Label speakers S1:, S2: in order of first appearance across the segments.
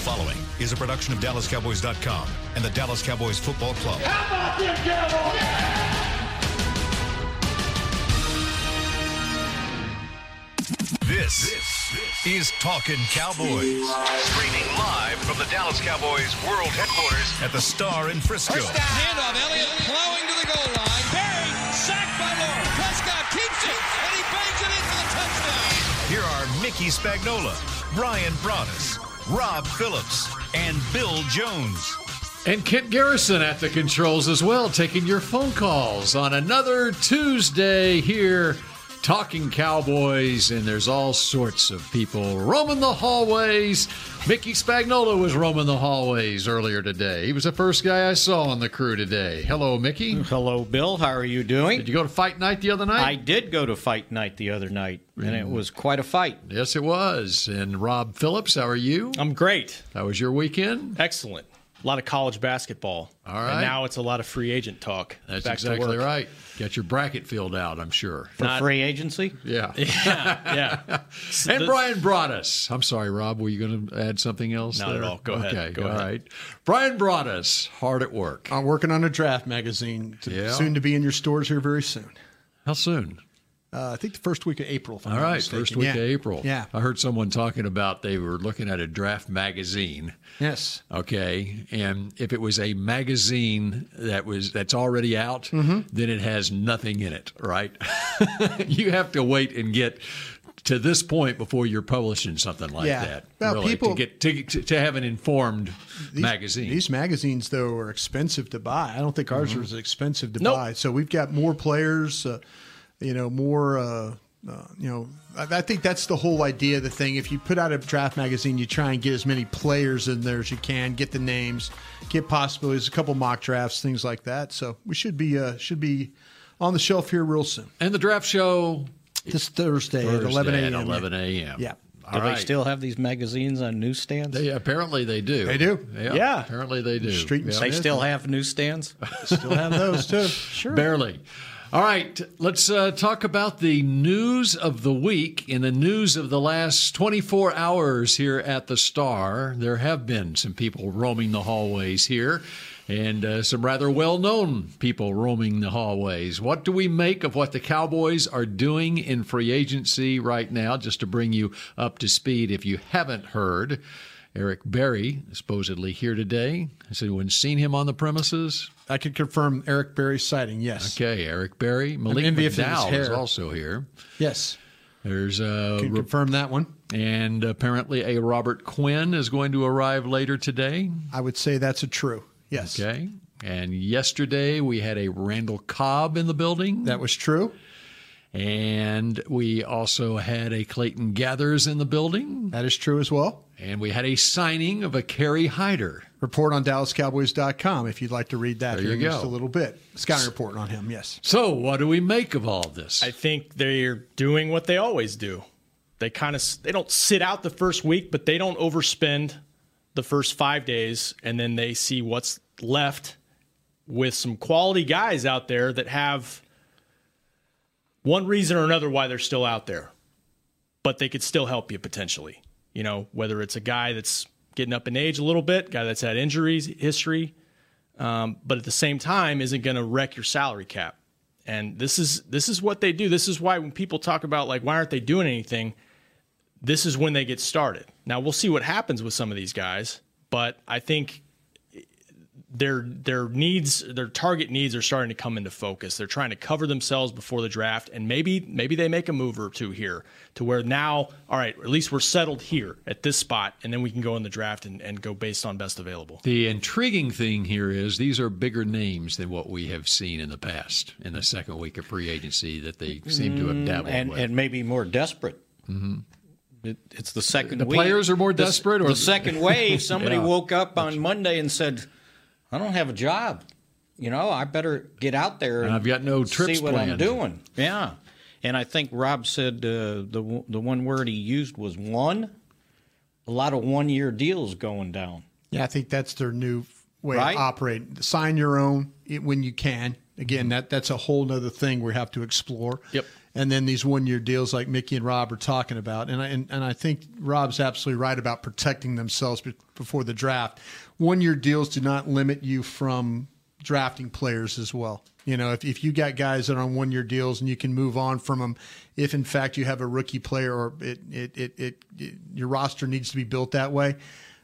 S1: following is a production of DallasCowboys.com and the Dallas Cowboys Football Club.
S2: How about them Cowboys?
S1: This, is Talkin' Cowboys. Streaming live from the Dallas Cowboys World Headquarters at the Star in Frisco.
S3: Handoff, Elliott plowing to the goal line. Barry, sacked by Lord. Prescott keeps it, and he bangs it in for the touchdown.
S1: Here are Mickey Spagnola, Brian Broaddus, Rob Phillips, and Bill Jones.
S4: And Kent Garrison at the controls as well, taking your phone calls on another Tuesday here, talking Cowboys. And there's all sorts of people roaming the hallways. Mickey Spagnola was roaming the hallways earlier today. He was the first guy I saw on the crew today. Hello, Mickey.
S5: Hello, Bill. How are you doing?
S4: Did you go to fight Mm. night the other night?
S5: I did go to fight night the other night, and it was quite a fight.
S4: yes, it was. And Rob Phillips, how are you?
S6: I'm great.
S4: How was your weekend?
S6: Excellent. A lot of college basketball.
S4: All right.
S6: And now it's a lot of free agent talk.
S4: That's
S6: Back to
S4: exactly
S6: work.
S4: right. Got your bracket filled out, I'm sure.
S5: For free agency?
S4: Yeah.
S6: Yeah. yeah.
S4: And Brian Broaddus. I'm sorry, Rob. Were you going to add something else?
S6: Not at
S4: there?
S6: all. Go ahead.
S4: Okay.
S6: Go
S4: all
S6: ahead.
S4: right. Brian Broaddus, hard at work.
S7: I'm working on a draft magazine, to,
S4: Yeah.
S7: soon to be in your stores here very soon.
S4: How soon?
S7: Uh, I think the first week of April. If I'm
S4: All
S7: not
S4: right.
S7: mistaken.
S4: First week
S7: Yeah.
S4: of April.
S7: Yeah.
S4: I heard someone talking about they were looking at a draft magazine.
S7: Yes.
S4: Okay, and if it was a magazine that was that's already out, then it has nothing in it, right? you have to wait and get to this point before you're publishing something like
S7: Yeah.
S4: that.
S7: Well,
S4: really, to
S7: people-
S4: get to, to, to have an informed
S7: These,
S4: magazine. Mm-hmm.
S7: These magazines, though, are expensive to buy. I don't think ours was expensive to
S6: Nope.
S7: buy. So we've got more players, uh, you know, more. Uh, uh, you know, I, I think that's the whole idea of the thing. If you put out a draft magazine, you try and get as many players in there as you can, get the names, get possibilities, a couple mock drafts, things like that. So we should be uh, should be on the shelf here real soon.
S4: and the draft show
S7: This Thursday,
S4: Thursday
S7: at 11 a.m.
S4: At 11 a.m.
S7: Yeah.
S4: All
S5: Do
S4: right.
S5: they still have these magazines on newsstands?
S4: They- apparently they do.
S7: They do.
S4: Yeah.
S5: Yeah.
S4: Apparently they do.
S7: Street and
S4: Yeah.
S5: They still have newsstands?
S7: Still have those too.
S4: Barely. All right, let's uh, talk about the news of the week. In the news of the last 24 hours here at the Star, there have been some people roaming the hallways here and uh, some rather well known people roaming the hallways. What do we make of what the Cowboys are doing in free agency right now? Just to bring you up to speed if you haven't heard. Eric Berry, supposedly here today. Has anyone seen him on the premises?
S7: I could confirm Eric Berry's sighting. Yes.
S4: Okay, Eric Berry, Malik
S7: envious of his
S4: McDowell is
S7: hair.
S4: also here.
S7: Yes.
S4: There's uh,
S7: Can
S4: re-
S7: confirm that one.
S4: and apparently a Robert Quinn is going to arrive later today.
S7: I would say that's a true. Yes.
S4: Okay, and yesterday we had a Randall Cobb in the building,
S7: That was true.
S4: and we also had a Clayton Gathers in the building,
S7: That is true as well.
S4: and we had a signing of a Kerry Hyder.
S7: Report on DallasCowboys.com if you'd like to read that
S4: There
S7: here
S4: you
S7: in just
S4: go.
S7: a little bit. Scouting report on him. Yes.
S4: So, what do we make of all this?
S6: I think they're doing what they always do. They kind of they don't sit out the first week, but they don't overspend the first 5 days and then they see what's left with some quality guys out there that have one reason or another why they're still out there. But they could still help you potentially. You know, whether it's a guy that's getting up in age a little bit, guy that's had injuries, history, um, but at the same time isn't going to wreck your salary cap. And this is this is what they do. This is why when people talk about like why aren't they doing anything, this is when they get started. Now we'll see what happens with some of these guys, but I think eh, their their needs, their target needs are starting to come into focus. They're trying to cover themselves before the draft, and maybe maybe they make a move or two here to where now, all right, at least we're settled here at this spot, and then we can go in the draft and, and go based on best available.
S4: The intriguing thing here is these are bigger names than what we have seen in the past in the second week of free agency that they seem to have dabbled
S5: Mm, and,
S4: with.
S5: and maybe more desperate. It, it's the second
S4: Mm-hmm. The
S5: wave.
S4: players are more
S5: The s-
S4: desperate, or-
S5: the second wave? Somebody
S4: Yeah.
S5: woke up on Monday and said, "I don't have a job. You know, I better get out there. And
S4: I've got no trips
S5: See what I'm
S4: planned."
S5: doing. Yeah." And I think Rob said uh, the w- the one word he used was one. A lot of one year deals going down.
S7: Yeah, I think that's their new way
S5: Right.
S7: to operate. Sign your own it- when you can. Again, that that's a whole nother thing we have to explore.
S5: Mm-hmm. Yep.
S7: and then these one year deals like Mickey and Rob are talking about. And I, and, and I think Rob's absolutely right about protecting themselves be- before the draft. One year deals do not limit you from drafting players as well. You know, if, if you got guys that are on one year deals and you can move on from them, if in fact you have a rookie player or it, it, it, it, it your roster needs to be built that way.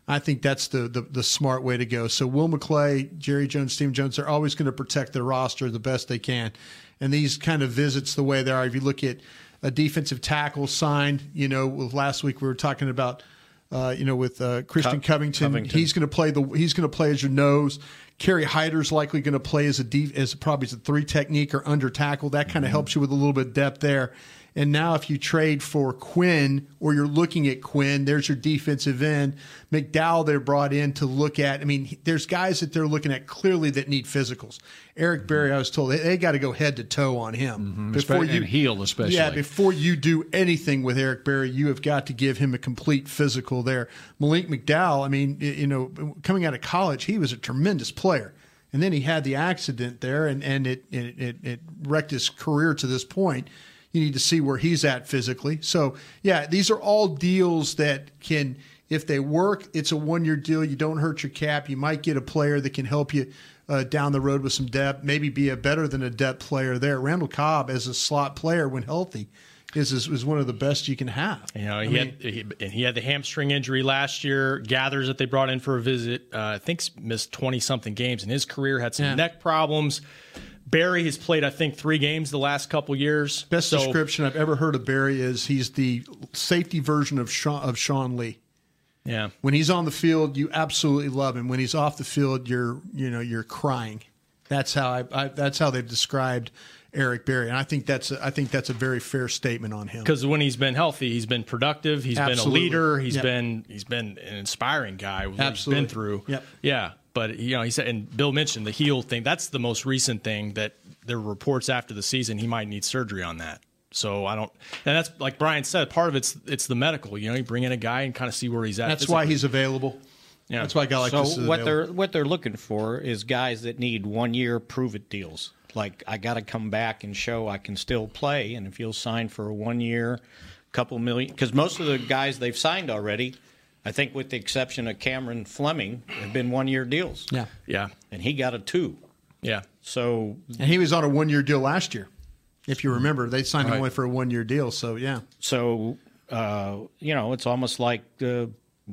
S7: I think that's the, the the smart way to go. So Will McClay, Jerry Jones, Steve Jones, they're always going to protect their roster the best they can. And these kind of visits the way they are. If you look at a defensive tackle signed, you know, with last week we were talking about uh, you know, with uh, Christian
S5: Co-
S7: Covington.
S5: Covington.
S7: he's going to play the he's going to play as your nose. Kerry Hyder's likely going to play as a deep as probably as a three technique or under tackle. That kind of helps you with a little bit of depth there. And now, if you trade for Quinn or you're looking at Quinn, there's your defensive end. McDowell they're brought in to look at. I mean, he- there's guys that they're looking at clearly that need physicals. Eric Berry, I was told they, they got to go head to toe on him before
S4: Mm-hmm. Espe-
S7: you
S4: and heel especially.
S7: Yeah, before you do anything with Eric Berry, you have got to give him a complete physical there. Malik McDowell, I mean, y- you know, coming out of college, he was a tremendous player. And then he had the accident there and, and it, it, it, it wrecked his career to this point. You need to see where he's at physically. So, yeah, these are all deals that can, if they work, it's a one year deal. You don't hurt your cap. You might get a player that can help you uh, down the road with some depth, maybe be a better than a depth player there. Randall Cobb as a slot player when healthy is is, is one of the best you can have.
S6: You know, he had he, and he had the hamstring injury last year. Gathers that they brought in for a visit, uh, I think, missed twenty something games in his career. Had some
S7: Yeah.
S6: neck problems. Barry has played, I think, three games the last couple years.
S7: Best
S6: So-
S7: description I've ever heard of Barry is he's the safety version of Sean, of Sean Lee.
S6: Yeah,
S7: When he's on the field, you absolutely love him. When he's off the field, you're you know you're crying. That's how I, I that's how they've described Eric Berry, and I think that's a, I think that's a very fair statement on him.
S6: because when he's been healthy, he's been productive. He's
S7: Absolutely.
S6: been a leader. He's
S7: Yep.
S6: been he's been an inspiring guy. What
S7: Absolutely.
S6: he's been through.
S7: Yep.
S6: Yeah, but you know, he said, and Bill mentioned the heel thing. That's the most recent thing that there were reports after the season he might need surgery on that. So I don't, and that's like Brian said. Part of it's it's the medical. You know, you bring in a guy and kind of see where he's at.
S7: That's why
S6: physically.
S7: he's available.
S6: Yeah.
S7: That's why I got like
S5: so
S7: this. is
S5: what
S7: available.
S5: they're what they're looking for is guys that need one year prove it deals. Like I got to come back and show I can still play, and if you'll sign for a one year, couple million, because most of the guys they've signed already, I think with the exception of Cameron Fleming, have been one year deals.
S7: yeah,
S6: yeah
S5: and he got a two.
S6: yeah.
S5: So
S7: and he was on a one year deal last year. If you remember, they signed him
S6: Right.
S7: only for a one year deal. So yeah,
S5: so uh, you know it's almost like uh,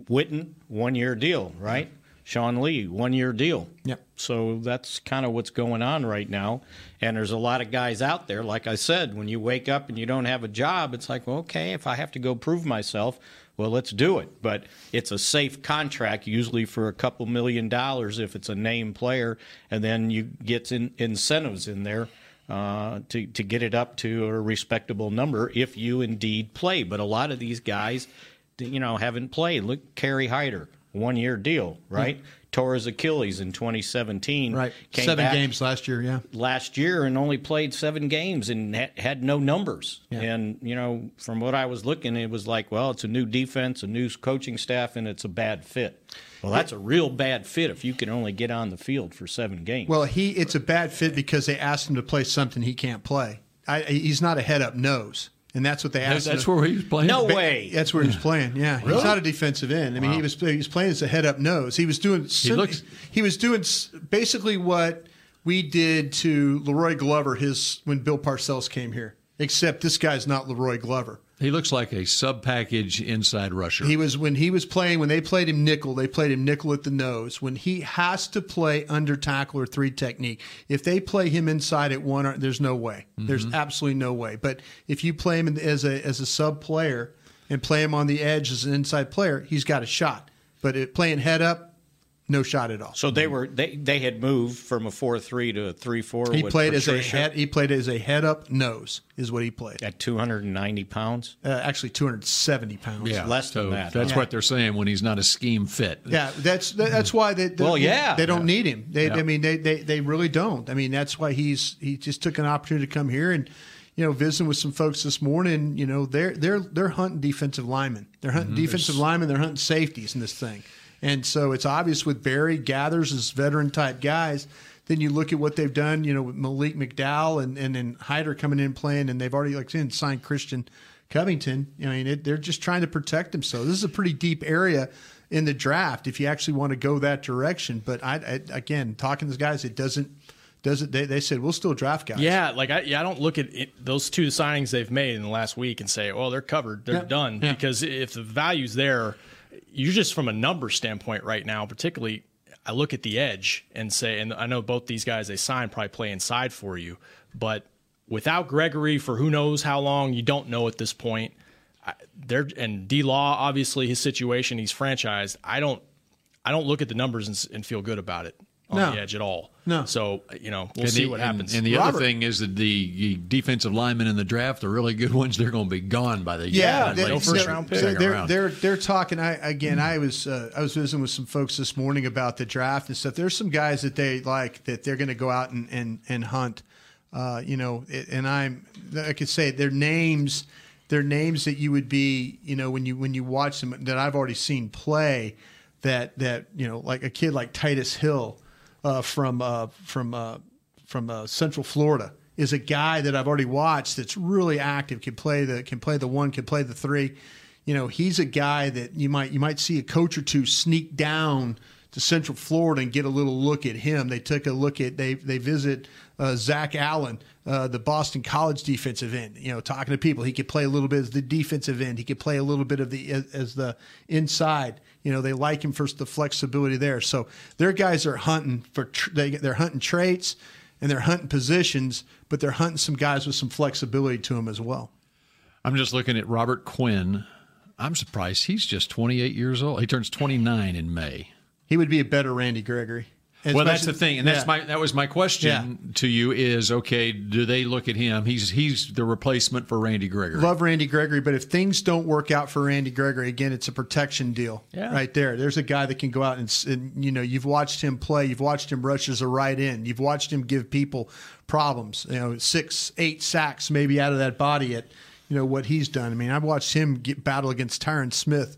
S5: Witten one year deal, right? Sean Lee one year deal.
S7: Yep.
S5: So that's kind of what's going on right now, and there's a lot of guys out there. Like I said, when you wake up and you don't have a job, it's like, well, okay, if I have to go prove myself, well, let's do it. But it's a safe contract, usually for a couple million dollars if it's a name player, and then you get in, incentives in there uh, to to get it up to a respectable number if you indeed play. But a lot of these guys, you know, haven't played. Look, Kerry Hyder, one year deal, right? Tore his Achilles in 2017.
S7: Mm-hmm. right.
S5: Came
S7: Seven
S5: back
S7: games last year. Yeah,
S5: last year and only played seven games and ha- had no numbers.
S7: Yeah.
S5: And you know, from what I was looking, it was like, well, it's a new defense, a new coaching staff, and it's a bad fit. Well, that's a real bad fit if you can only get on the field for seven games.
S7: Well, he it's a bad fit because they asked him to play something he can't play. I, he's not a head up nose, and that's what they asked.
S4: that's
S7: him.
S4: where he was playing.
S5: no
S7: to-
S5: way.
S7: That's where he was playing. Yeah, he's not a defensive end. I mean, he was he was playing as a head up nose. He was doing he,
S4: looks-
S7: he was doing s- basically what we did to Leroy Glover his when Bill Parcells came here. Except this guy's not Leroy Glover.
S4: He looks like a sub package inside rusher.
S7: He was when he was playing when they played him nickel, they played him nickel at the nose. When he has to play under tackle or three technique, if they play him inside at one, there's no way. There's
S5: Mm-hmm.
S7: absolutely no way. But if you play him in- as a as a sub player and play him on the edge as an inside player, he's got a shot. But it, playing head up, no shot at all.
S5: so they were they they had moved from a four three to a three four.
S7: he played
S5: Patricia
S7: as a head. He played as a head up nose is what he played.
S5: at two hundred and ninety pounds.
S7: Uh, actually, 270 pounds.
S4: yeah,
S5: less
S4: so
S5: than that,
S4: That's
S5: huh?
S4: what they're saying when he's not a scheme fit.
S7: Yeah, that's that- that's why they. they
S5: Well, yeah.
S7: they don't need him. They,
S4: Yeah.
S7: I mean, they, they they really don't. I mean, that's why he's he just took an opportunity to come here and, you know, visiting with some folks this morning. You know, they're they're they're hunting defensive linemen. They're hunting
S5: Mm-hmm.
S7: defensive linemen. They're hunting safeties in this thing, and so it's obvious with Barry gathers as veteran type guys. Then you look at what they've done, you know, with Malik McDowell and and then Hyder coming in playing, and they've already like signed Christian Covington. I mean, it, they're just trying to protect themselves. This is a pretty deep area in the draft if you actually want to go that direction. But I, I again, talking to these guys, it doesn't doesn't. They, they said we'll still draft guys.
S6: Yeah, like I, yeah, I don't look at it, those two signings they've made in the last week and say, "Oh, they're covered, they're
S7: Yeah.
S6: done," because if the value's there, you're just from a number standpoint right now. Particularly, I look at the edge and say, and I know both these guys they signed probably play inside for you, but without Gregory for who knows how long, you don't know at this point. I, they're and D Law obviously his situation, he's franchised. I don't, I don't look at the numbers and, s- and feel good about it on
S7: No.
S6: the edge at all.
S7: No.
S6: so you know we'll
S4: And
S6: see
S4: the-
S6: what
S4: and-
S6: happens.
S4: And the
S7: Robert.
S4: other thing is that the defensive linemen in the draft, the really good ones, they're going to be gone by the
S7: Yeah,
S4: end,
S7: they-
S4: late
S6: no first
S4: second-
S6: round pick. Mm-hmm.
S4: second
S7: They're,
S4: round.
S7: they're they're talking. I again, I was uh, I was visiting with some folks this morning about the draft and stuff. There's some guys that they like that they're going to go out and and and hunt. Uh, you know, it- and I'm I could say their names. Their names that you would be, you know, when you when you watch them that I've already seen play, that that you know, like a kid like Titus Hill uh, from uh, from uh, from uh, Central Florida is a guy that I've already watched that's really active, can play the can play the one, can play the three. You know, he's a guy that you might you might see a coach or two sneak down to Central Florida and get a little look at him. They took a look at they they visit uh, Zach Allen, uh, the Boston College defensive end. You know, talking to people, he could play a little bit as the defensive end. He could play a little bit of the as, as the inside. You know, they like him for the flexibility there. So their guys are hunting for tr- they, they're hunting traits and they're hunting positions, but they're hunting some guys with some flexibility to them as well.
S4: I'm just looking at Robert Quinn. I'm surprised he's just 28 years old. He turns 29 in May.
S7: He would be a better Randy Gregory. As
S4: well,
S7: much
S4: that's the
S7: as-
S4: thing, and that's
S7: Yeah.
S4: my that was my question to you is okay. Do they look at him? He's he's the replacement for Randy Gregory.
S7: Love Randy Gregory, but if things don't work out for Randy Gregory, again, it's a protection deal, right there. There's a guy that can go out and, s- and you know you've watched him play, you've watched him rush as a right end, you've watched him give people problems. You know, six, eight sacks maybe out of that body at you know what he's done. I mean, I've watched him get battle against Tyron Smith,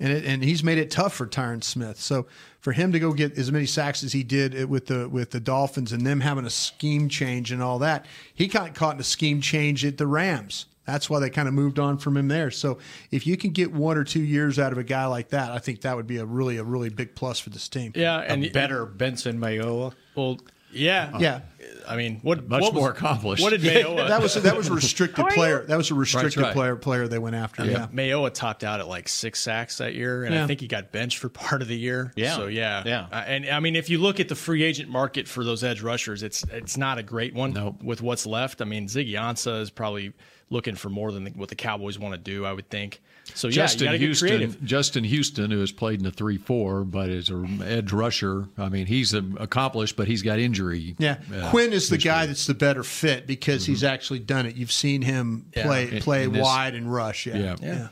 S7: and it, and he's made it tough for Tyron Smith. So for him to go get as many sacks as he did it with the with the Dolphins and them having a scheme change and all that, he got caught in a scheme change at the Rams. That's why they kind of moved on from him there. So if you can get one or two years out of a guy like that, I think that would be a really a really big plus for this team.
S6: yeah, and
S5: a better Benson Uh, Mayola.
S6: Well, yeah,
S7: Yeah.
S6: I mean, what
S4: Much
S6: what was-
S4: more accomplished.
S6: What did Mayoa?
S7: That was that was a restricted player. That was a restricted
S4: right.
S7: player player they went after. Yeah.
S6: Mayoa topped out at like six sacks that year, and
S7: Yeah.
S6: I think he got benched for part of the year.
S5: Yeah.
S6: So yeah,
S5: Yeah.
S6: Uh, and I mean, if you look at the free agent market for those edge rushers, it's it's not a great one.
S4: Nope.
S6: With what's left, I mean, Ziggy Ansah is probably looking for more than what the Cowboys want to do. I would think. So yeah, you
S4: Justin
S6: got to get creative.
S4: Houston, Justin Houston, who has played in the three four, but is an edge rusher. I mean, he's um, accomplished, but he's got injury.
S7: Yeah.
S4: uh,
S7: Quinn is the guy that's the better fit because he's actually done it. You've seen him play
S4: In-
S7: play
S4: in this-
S7: wide and rush. Yeah.
S4: Yeah.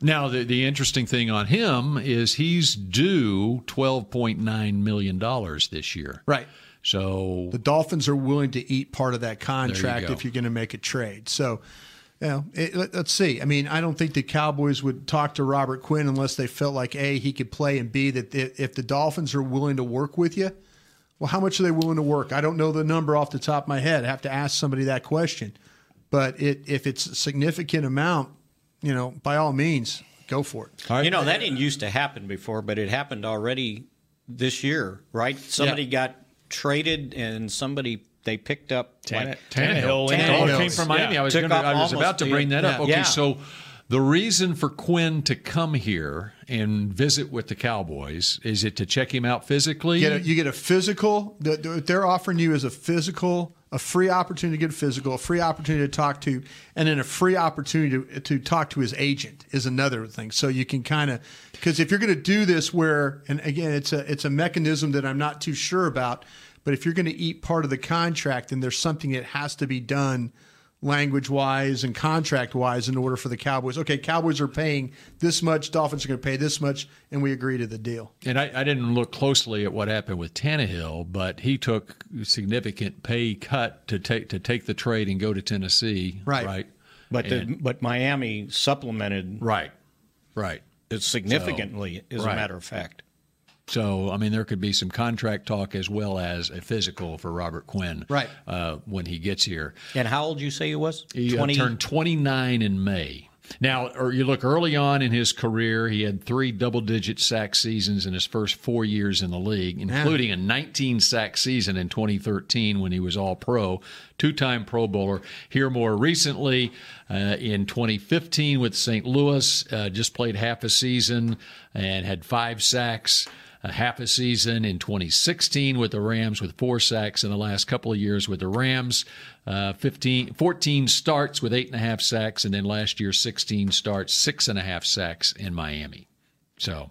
S4: Now the the interesting thing on him is he's due 12.9 million dollars this year.
S7: Right.
S4: So
S7: The Dolphins are willing to eat part of that contract
S4: go.
S7: if you're going to make a trade. So, you know, it, let, us see. I mean, I don't think the Cowboys would talk to Robert Quinn unless they felt like a he could play and b that the, if the Dolphins are willing to work with you, well, how much are they willing to work? I don't know the number off the top of my head. I have to ask somebody that question. But it, if it's a significant amount, you know, by all means, go for it.
S5: You know, that didn't used to happen before, but it happened already this year, right? Somebody got traded and somebody they picked up
S6: Tannehill.
S5: like
S6: Tannehill.
S4: It all
S5: Tannehill.
S4: came from Miami.
S6: Yeah.
S4: I was,
S5: Took
S4: gonna,
S5: off
S4: I was
S5: almost
S4: about to
S5: the-
S4: bring that up.
S5: yeah.
S4: Okay,
S5: Yeah.
S4: so the reason for Quinn to come here and visit with the Cowboys is it to check him out physically?
S7: get a, you get a physical. The, the, what they're offering you is a physical, a free opportunity to get a physical, a free opportunity to talk to, and then a free opportunity to, to talk to his agent is another thing. So you can kind of because if you're going to do this, where and again, it's a it's a mechanism that I'm not too sure about. But if you're going to eat part of the contract, then there's something that has to be done language wise and contract wise in order for the Cowboys. Okay, Cowboys are paying this much, Dolphins are going to pay this much, and we agree to the deal.
S4: and I, I didn't look closely at what happened with Tannehill, but he took significant pay cut to take to take the trade and go to Tennessee.
S7: Right.
S4: Right.
S5: But the,
S4: And-
S5: but Miami supplemented
S4: Right. Right.
S5: it significantly, as
S4: Right.
S5: a matter of fact.
S4: So, I mean, there could be some contract talk as well as a physical for Robert Quinn
S5: Right.
S4: uh, when he gets here.
S5: And how old you say he was?
S4: He uh, turned 29 in May. Now, or you look early on in his career, he had three double digit sack seasons in his first four years in the league, including a 19 sack season in 2013 when he was All Pro, two time Pro Bowler. Here more recently uh, in 2015 with St. Louis, uh, just played half a season and had five sacks a half a season in 2016 with the Rams with four sacks in the last couple of years with the Rams. Uh, 15, 14 starts with eight and a half sacks, and then last year 16 starts, six and a half sacks in Miami. So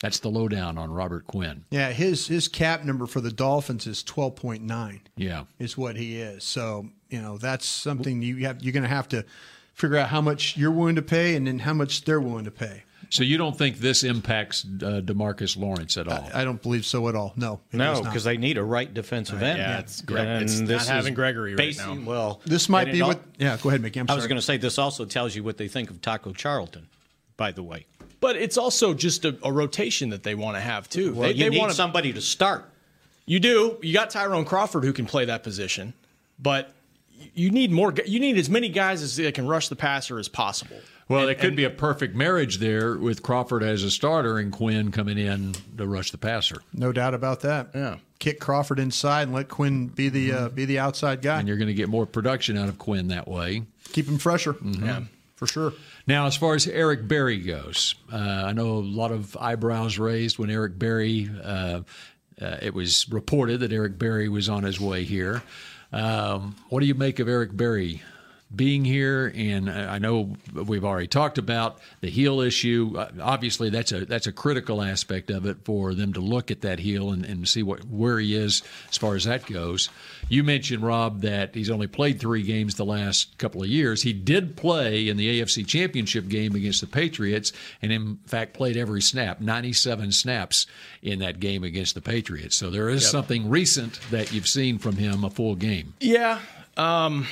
S4: that's the lowdown on Robert Quinn.
S7: Yeah, his his cap number for the Dolphins is twelve point nine.
S4: Yeah.
S7: is what he is. So you know that's something you have. You're going to have to figure out how much you're willing to pay, and then how much they're willing to pay.
S4: So you don't think this impacts uh, Demarcus Lawrence at all?
S7: I don't believe so at all. No, it
S5: No,
S7: does not.
S5: because they need a right defensive end.
S6: yeah, it's Greg- it's
S5: And
S6: not
S5: this
S6: having
S5: is
S6: Gregory right
S5: basing-
S6: now.
S5: Well,
S7: this
S5: and
S7: might
S5: it
S7: be
S5: al-
S7: what. Yeah, go ahead, Mickey. I'm
S5: I
S7: sorry.
S5: was going to say. This also tells you what they think of Taco Charlton. By the way,
S6: But it's also just a, a rotation that they want to have too.
S5: well,
S6: they,
S5: you
S6: they
S5: need
S6: wanna-
S5: somebody to start.
S6: You do. You got Tyrone Crawford who can play that position, but you need more. gu- You need as many guys as that can rush the passer as possible.
S4: Well,
S6: And-
S4: it could
S6: and-
S4: be a perfect marriage there with Crawford as a starter and Quinn coming in to rush the passer.
S7: no doubt about that.
S6: Yeah.
S7: kick Crawford inside and let Quinn be the uh, be the outside guy.
S4: And you're going to get more production out of Quinn that way.
S7: Keep him fresher. Yeah, for sure.
S4: Now, as far as Eric Berry goes, uh, I know a lot of eyebrows raised when Eric Berry. Uh, uh, it was reported that Eric Berry was on his way here. Um, what do you make of Eric Berry being here? And uh, I I know we've already talked about the heel issue. Uh, Obviously, that's a that's a critical aspect of it for them to look at that heel and, and see what where he is as far as that goes. You mentioned Rob that he's only played three games the last couple of years. He did play in the AFC Championship game against the Patriots, and in fact played every snap, 97 snaps in that game against the Patriots. So there is something recent that you've seen from him, a full game.
S6: Yeah. Um,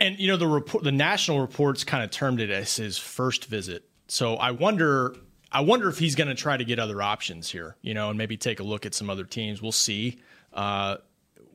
S6: and you know the report, the national reports kind of termed it as his first visit. So I wonder, I wonder if he's going to try to get other options here, you know, and maybe take a look at some other teams. We'll see. Uh,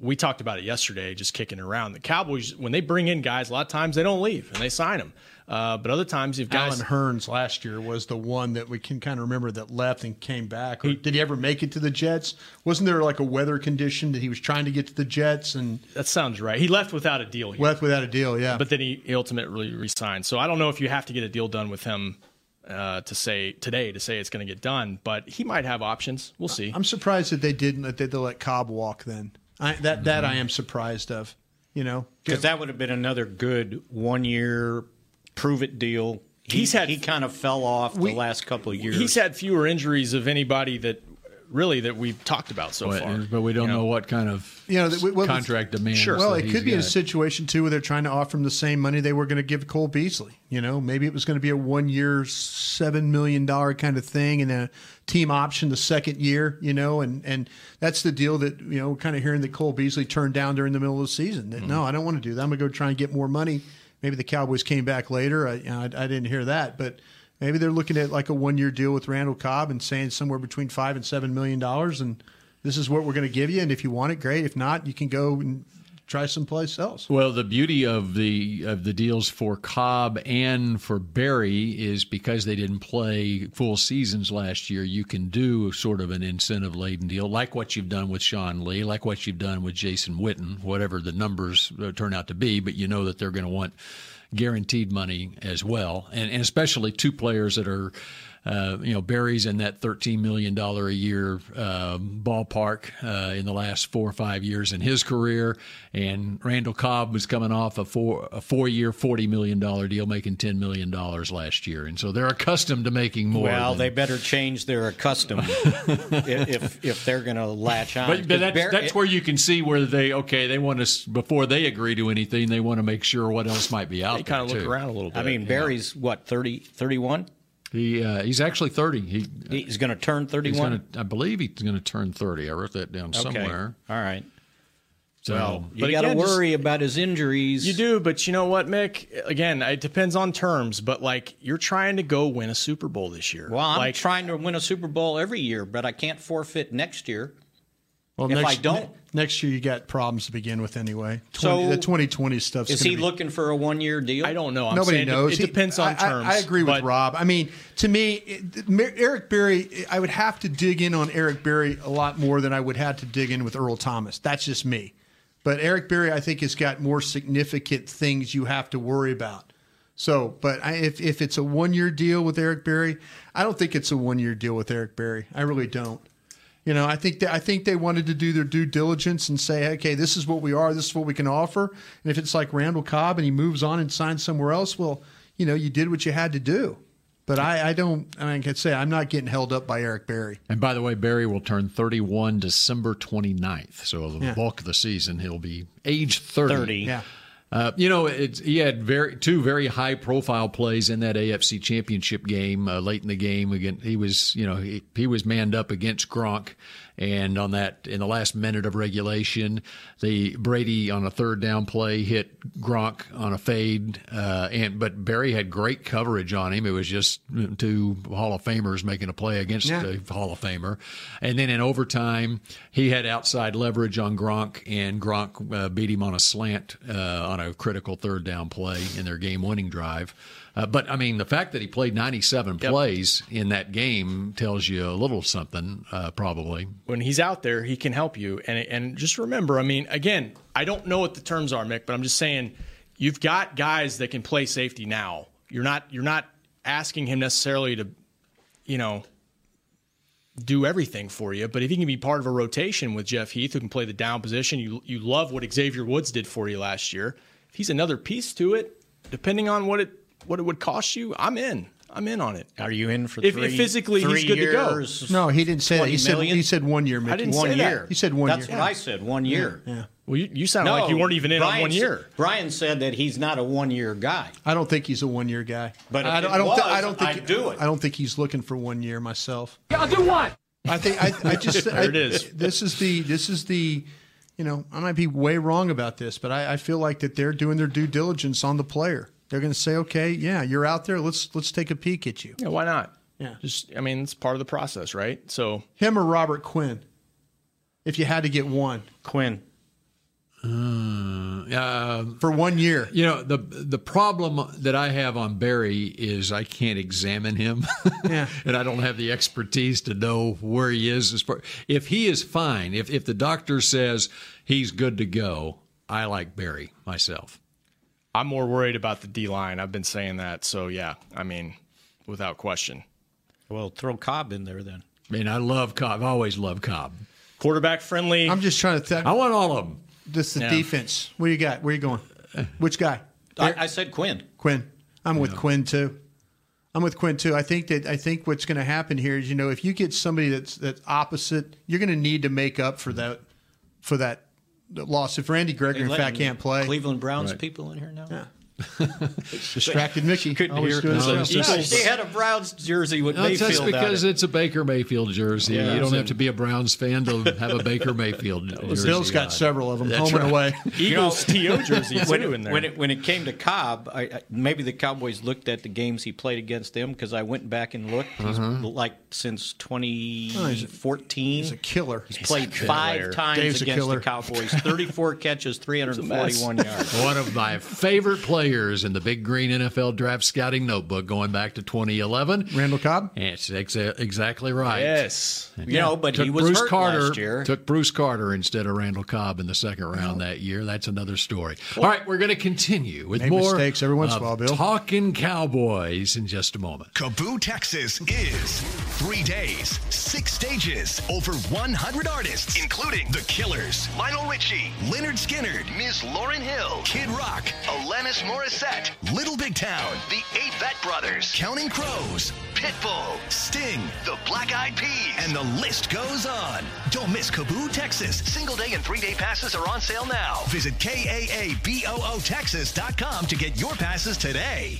S6: we talked about it yesterday, just kicking it around. The Cowboys, when they bring in guys, a lot of times they don't leave and they sign them. Uh, but other times, if guys,
S7: Alan Hearns last year was the one that we can kind of remember that left and came back. Or did he ever make it to the Jets? Wasn't there like a weather condition that he was trying to get to the Jets and
S6: that sounds right. He left without a deal. Here.
S7: left without a deal? Yeah,
S6: but then he, he ultimately resigned. So I don't know if you have to get a deal done with him uh, to say today to say it's going to get done, but he might have options. We'll see.
S7: I'm surprised that they didn't that they, they let Cobb walk. Then I, that that I am surprised of. You know,
S5: Because that would have been another good one year prove it deal.
S6: He's had-
S5: he kind of fell off the last couple of years.
S6: He's had fewer injuries of anybody that really that we've talked about so far.
S4: But, but we don't
S6: You
S4: know what kind of
S7: You know, that we- well,
S4: contract
S7: it's-
S4: demand.
S7: Sure. Well, it could be a situation too where they're trying to offer him the same money they were going to give Cole Beasley. You know, maybe it was going to be a one-year, seven million dollar kind of thing, and a team option the second year. You know, and and that's the deal that you know, kind of hearing that Cole Beasley turned down during the middle of the season. That no, I don't want to do that. I'm going to go try and get more money. Maybe the Cowboys came back later. I, you know, I, I didn't hear that, but. Maybe they're looking at like a one-year deal with Randall Cobb and saying somewhere between five and seven million dollars, and this is what we're going to give you. And if you want it, great. If not, you can go and try someplace else.
S4: Well, the beauty of the of the deals for Cobb and for Barry is because they didn't play full seasons last year. You can do sort of an incentive laden deal, like what you've done with Sean Lee, like what you've done with Jason Witten, whatever the numbers uh, turn out to be. But you know that they're going to want guaranteed money as well, and, and especially two players that are. Uh, you know, Barry's in that $13 million a year um ballpark uh, in the last four or five years in his career. And Randall Cobb was coming off a four a four year, $40 million deal, making $10 million last year. And so they're accustomed to making more.
S5: well,
S4: than-
S5: they better change their accustomed if if they're going to latch on.
S4: But, but
S5: 'Cause
S4: that's,
S5: Bear-
S4: that's where you can see where they, okay, they want to, before they agree to anything, they want to make sure what else might be out
S6: They kind of
S4: there,
S6: look
S4: too.
S6: around a little bit.
S5: I mean, Barry's what 30, 31?
S4: He, uh, he's actually 30. He,
S5: He's going to turn
S4: he's
S5: thirty-one.
S4: gonna, I believe he's going to turn 30. I wrote that down
S5: Okay.
S4: somewhere.
S5: All right.
S4: So
S5: Well, you
S6: But
S5: got to
S6: again, just-
S5: worry about his injuries.
S6: You do, but you know what, Mick? Again, it depends on terms, but like you're trying to go win a Super Bowl this year.
S5: Well, I'm
S6: like,
S5: trying to win a Super Bowl every year, but I can't forfeit next year.
S7: Well,
S5: If
S7: next,
S5: I don't-
S7: next year you got problems to begin with anyway. 20,
S5: So,
S7: the 2020 stuff
S5: Is he looking for a one year deal?
S6: I don't know. I'm
S7: Nobody
S6: saying it-
S7: knows.
S6: It,
S7: He-
S6: depends on
S7: I- I-
S6: terms.
S7: I, agree with
S6: but
S7: Rob. I mean, to me, it, Mer- Eric Berry, I would have to dig in on Eric Berry a lot more than I would have to dig in with Earl Thomas. That's just me. But Eric Berry, I think, has got more significant things you have to worry about. So, but I, if if it's a one year deal with Eric Berry, I don't think it's a one year deal with Eric Berry. I really don't. You know, I think that I think they wanted to do their due diligence and say, okay, this is what we are, this is what we can offer. And if it's like Randall Cobb and he moves on and signs somewhere else, well, you know, you did what you had to do. But I, I don't. I mean, I could say I'm not getting held up by Eric Berry.
S4: And by the way, Barry will turn 31 December 29th. So the
S7: Yeah.
S4: bulk of the season, he'll be age 30.
S5: 30.
S7: Yeah.
S4: Uh, you know, it's, he had very two very high profile plays in that AFC Championship game uh, late in the game. Again, he was you know he, he was manned up against Gronk, and on that in the last minute of regulation, the Brady on a third down play hit Gronk on a fade, uh, and but Barry had great coverage on him. It was just two Hall of Famers making a play against
S7: Yeah.
S4: a Hall of Famer. And then in overtime, he had outside leverage on Gronk, and Gronk uh, beat him on a slant uh, on a critical third down play in their game winning drive. Uh, but I mean, the fact that he played 97 plays in that game tells you a little something, uh, probably.
S6: when he's out there, he can help you. And and just remember, I mean, again, I don't know what the terms are, Mick, but I'm just saying you've got guys that can play safety now. You're not you're not asking him necessarily to, you know, do everything for you, but if he can be part of a rotation with Jeff Heath, who can play the down position, you you love what Xavier Woods did for you last year. If he's another piece to it, depending on what it what it would cost you, I'm in. I'm in on it.
S5: Are you in for
S6: If- if
S5: three?
S6: physically he's
S5: three
S6: good to go.
S5: years,
S7: No, he didn't say that.
S5: 20
S7: He said
S5: million?
S7: he said one year. Mickey.
S6: didn't
S5: one
S6: say that.
S5: year.
S7: He said one
S5: That's
S7: year.
S5: what I said. One year.
S6: Well, you, you sound like you weren't even in on
S5: Brian
S6: one
S5: s-
S6: year.
S5: Brian said that he's not a one year guy.
S7: I don't think he's a one year guy.
S5: But if
S7: I don't.
S5: it
S7: I don't, thi-
S5: was,
S7: I don't think.
S5: I'd do it.
S7: I don't think he's looking for one year myself.
S2: I'll do what?
S7: I think I, I just
S6: There
S7: I-
S6: it is.
S7: This is the this is the you know I might be way wrong about this, but I, I feel like that they're doing their due diligence on the player. They're going to say, okay, yeah, you're out there. Let's let's take a peek at you.
S6: Yeah, why not?
S7: Yeah.
S6: Just I mean, it's part of the process, right? So
S7: Him or Robert Quinn, if you had to get one
S5: Quinn.
S4: Uh,
S7: for one year.
S4: You know, the the problem that I have on Barry is I can't examine him.
S7: Yeah.
S4: and I don't have the expertise to know where he is as far if he is fine, if if the doctor says he's good to go, I like Barry myself.
S6: I'm more worried about the D line. I've been saying that. So yeah, I mean, without question.
S5: Well, throw Cobb in there then.
S4: I mean, I love Cobb. I always love Cobb.
S6: Quarterback friendly.
S7: I'm just trying to think.
S4: I want all of them.
S7: This the
S6: Yeah.
S7: defense. Where you got? Where you going? Which guy?
S5: I, I said Quinn.
S7: Quinn. I'm with Quinn too. I'm with Quinn too. I think that I think what's going to happen here is you know if you get somebody that's that's opposite, you're going to need to make up for that for that loss. If Randy Gregory in
S5: Let
S7: fact can't play,
S5: Cleveland Browns people in here now.
S7: distracted Mickey. Always
S6: hear
S7: doing
S6: it.
S7: something.
S5: No, they had a Browns jersey with
S4: That's,
S5: Mayfield.
S4: that's because
S5: on it.
S4: it's a Baker Mayfield jersey.
S5: Yeah.
S4: you don't have to be a Browns fan to have a Baker Mayfield jersey.
S7: Bill's got
S4: on.
S7: several of them,
S4: That's
S7: home and away.
S6: Eagles TO jersey
S5: when
S6: too
S5: it,
S6: in there.
S5: when it when it came to Cobb, I, I, maybe the Cowboys looked at the games he played against them because I went back and looked. He's
S4: Mm-hmm.
S5: like since 2014.
S7: He's a killer.
S5: He's played five
S6: killer.
S5: times
S7: Dave's a
S5: against the
S7: killer.
S5: Cowboys. 34 catches, 341 yards.
S4: One of my favorite players in the Big Green NFL Draft Scouting Notebook going back to 2011.
S7: Randall Cobb.
S4: That's exa- exactly right.
S6: yes.
S5: You know, but
S4: took
S5: he was
S4: Bruce
S5: hurt
S4: Carter,
S5: last year.
S4: Took Bruce Carter instead of Randall Cobb in the second round that year. That's another story. All right, we're going to continue with
S7: Made
S4: more
S7: mistakes every once in a while, Bill.
S4: talking Cowboys in just a moment.
S1: Kaboo, Texas is three days, six stages, over 100 artists, including The Killers, Lionel Richie, Leonard Skinner, Miss Lauren Hill, Kid Rock, Alanis Morissette, Little Big Town, The Eight Vet Brothers, Counting Crows, Pitbull, Sting, the Black Eyed Peas, and the list goes on. Don't miss Kaboo, Texas. Single day and three day passes are on sale now. Visit KAABOOTexas.com to get your passes today.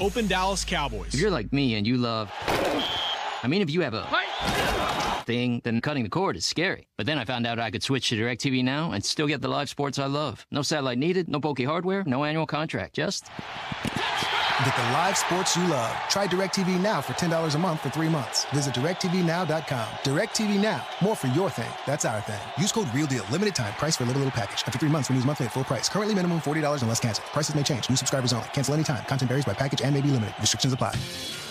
S8: Open Dallas Cowboys.
S9: If you're like me and you love. I mean, if you have a thing, then cutting the cord is scary. But then I found out I could switch to DirecTV Now and still get the live sports I love. No satellite needed, no bulky hardware, no annual contract, just.
S10: Get the live sports you love. Try DirecTV Now for $10 a month for three months. Visit DirecTVNow.com. DirecTV Now. More for your thing. That's our thing. Use code REALDEAL. Limited time. Price for a little, little package. After three months, renews monthly at full price. Currently minimum $40 unless canceled. Prices may change. New subscribers only. Cancel anytime. Content varies by package and may be limited. Restrictions apply.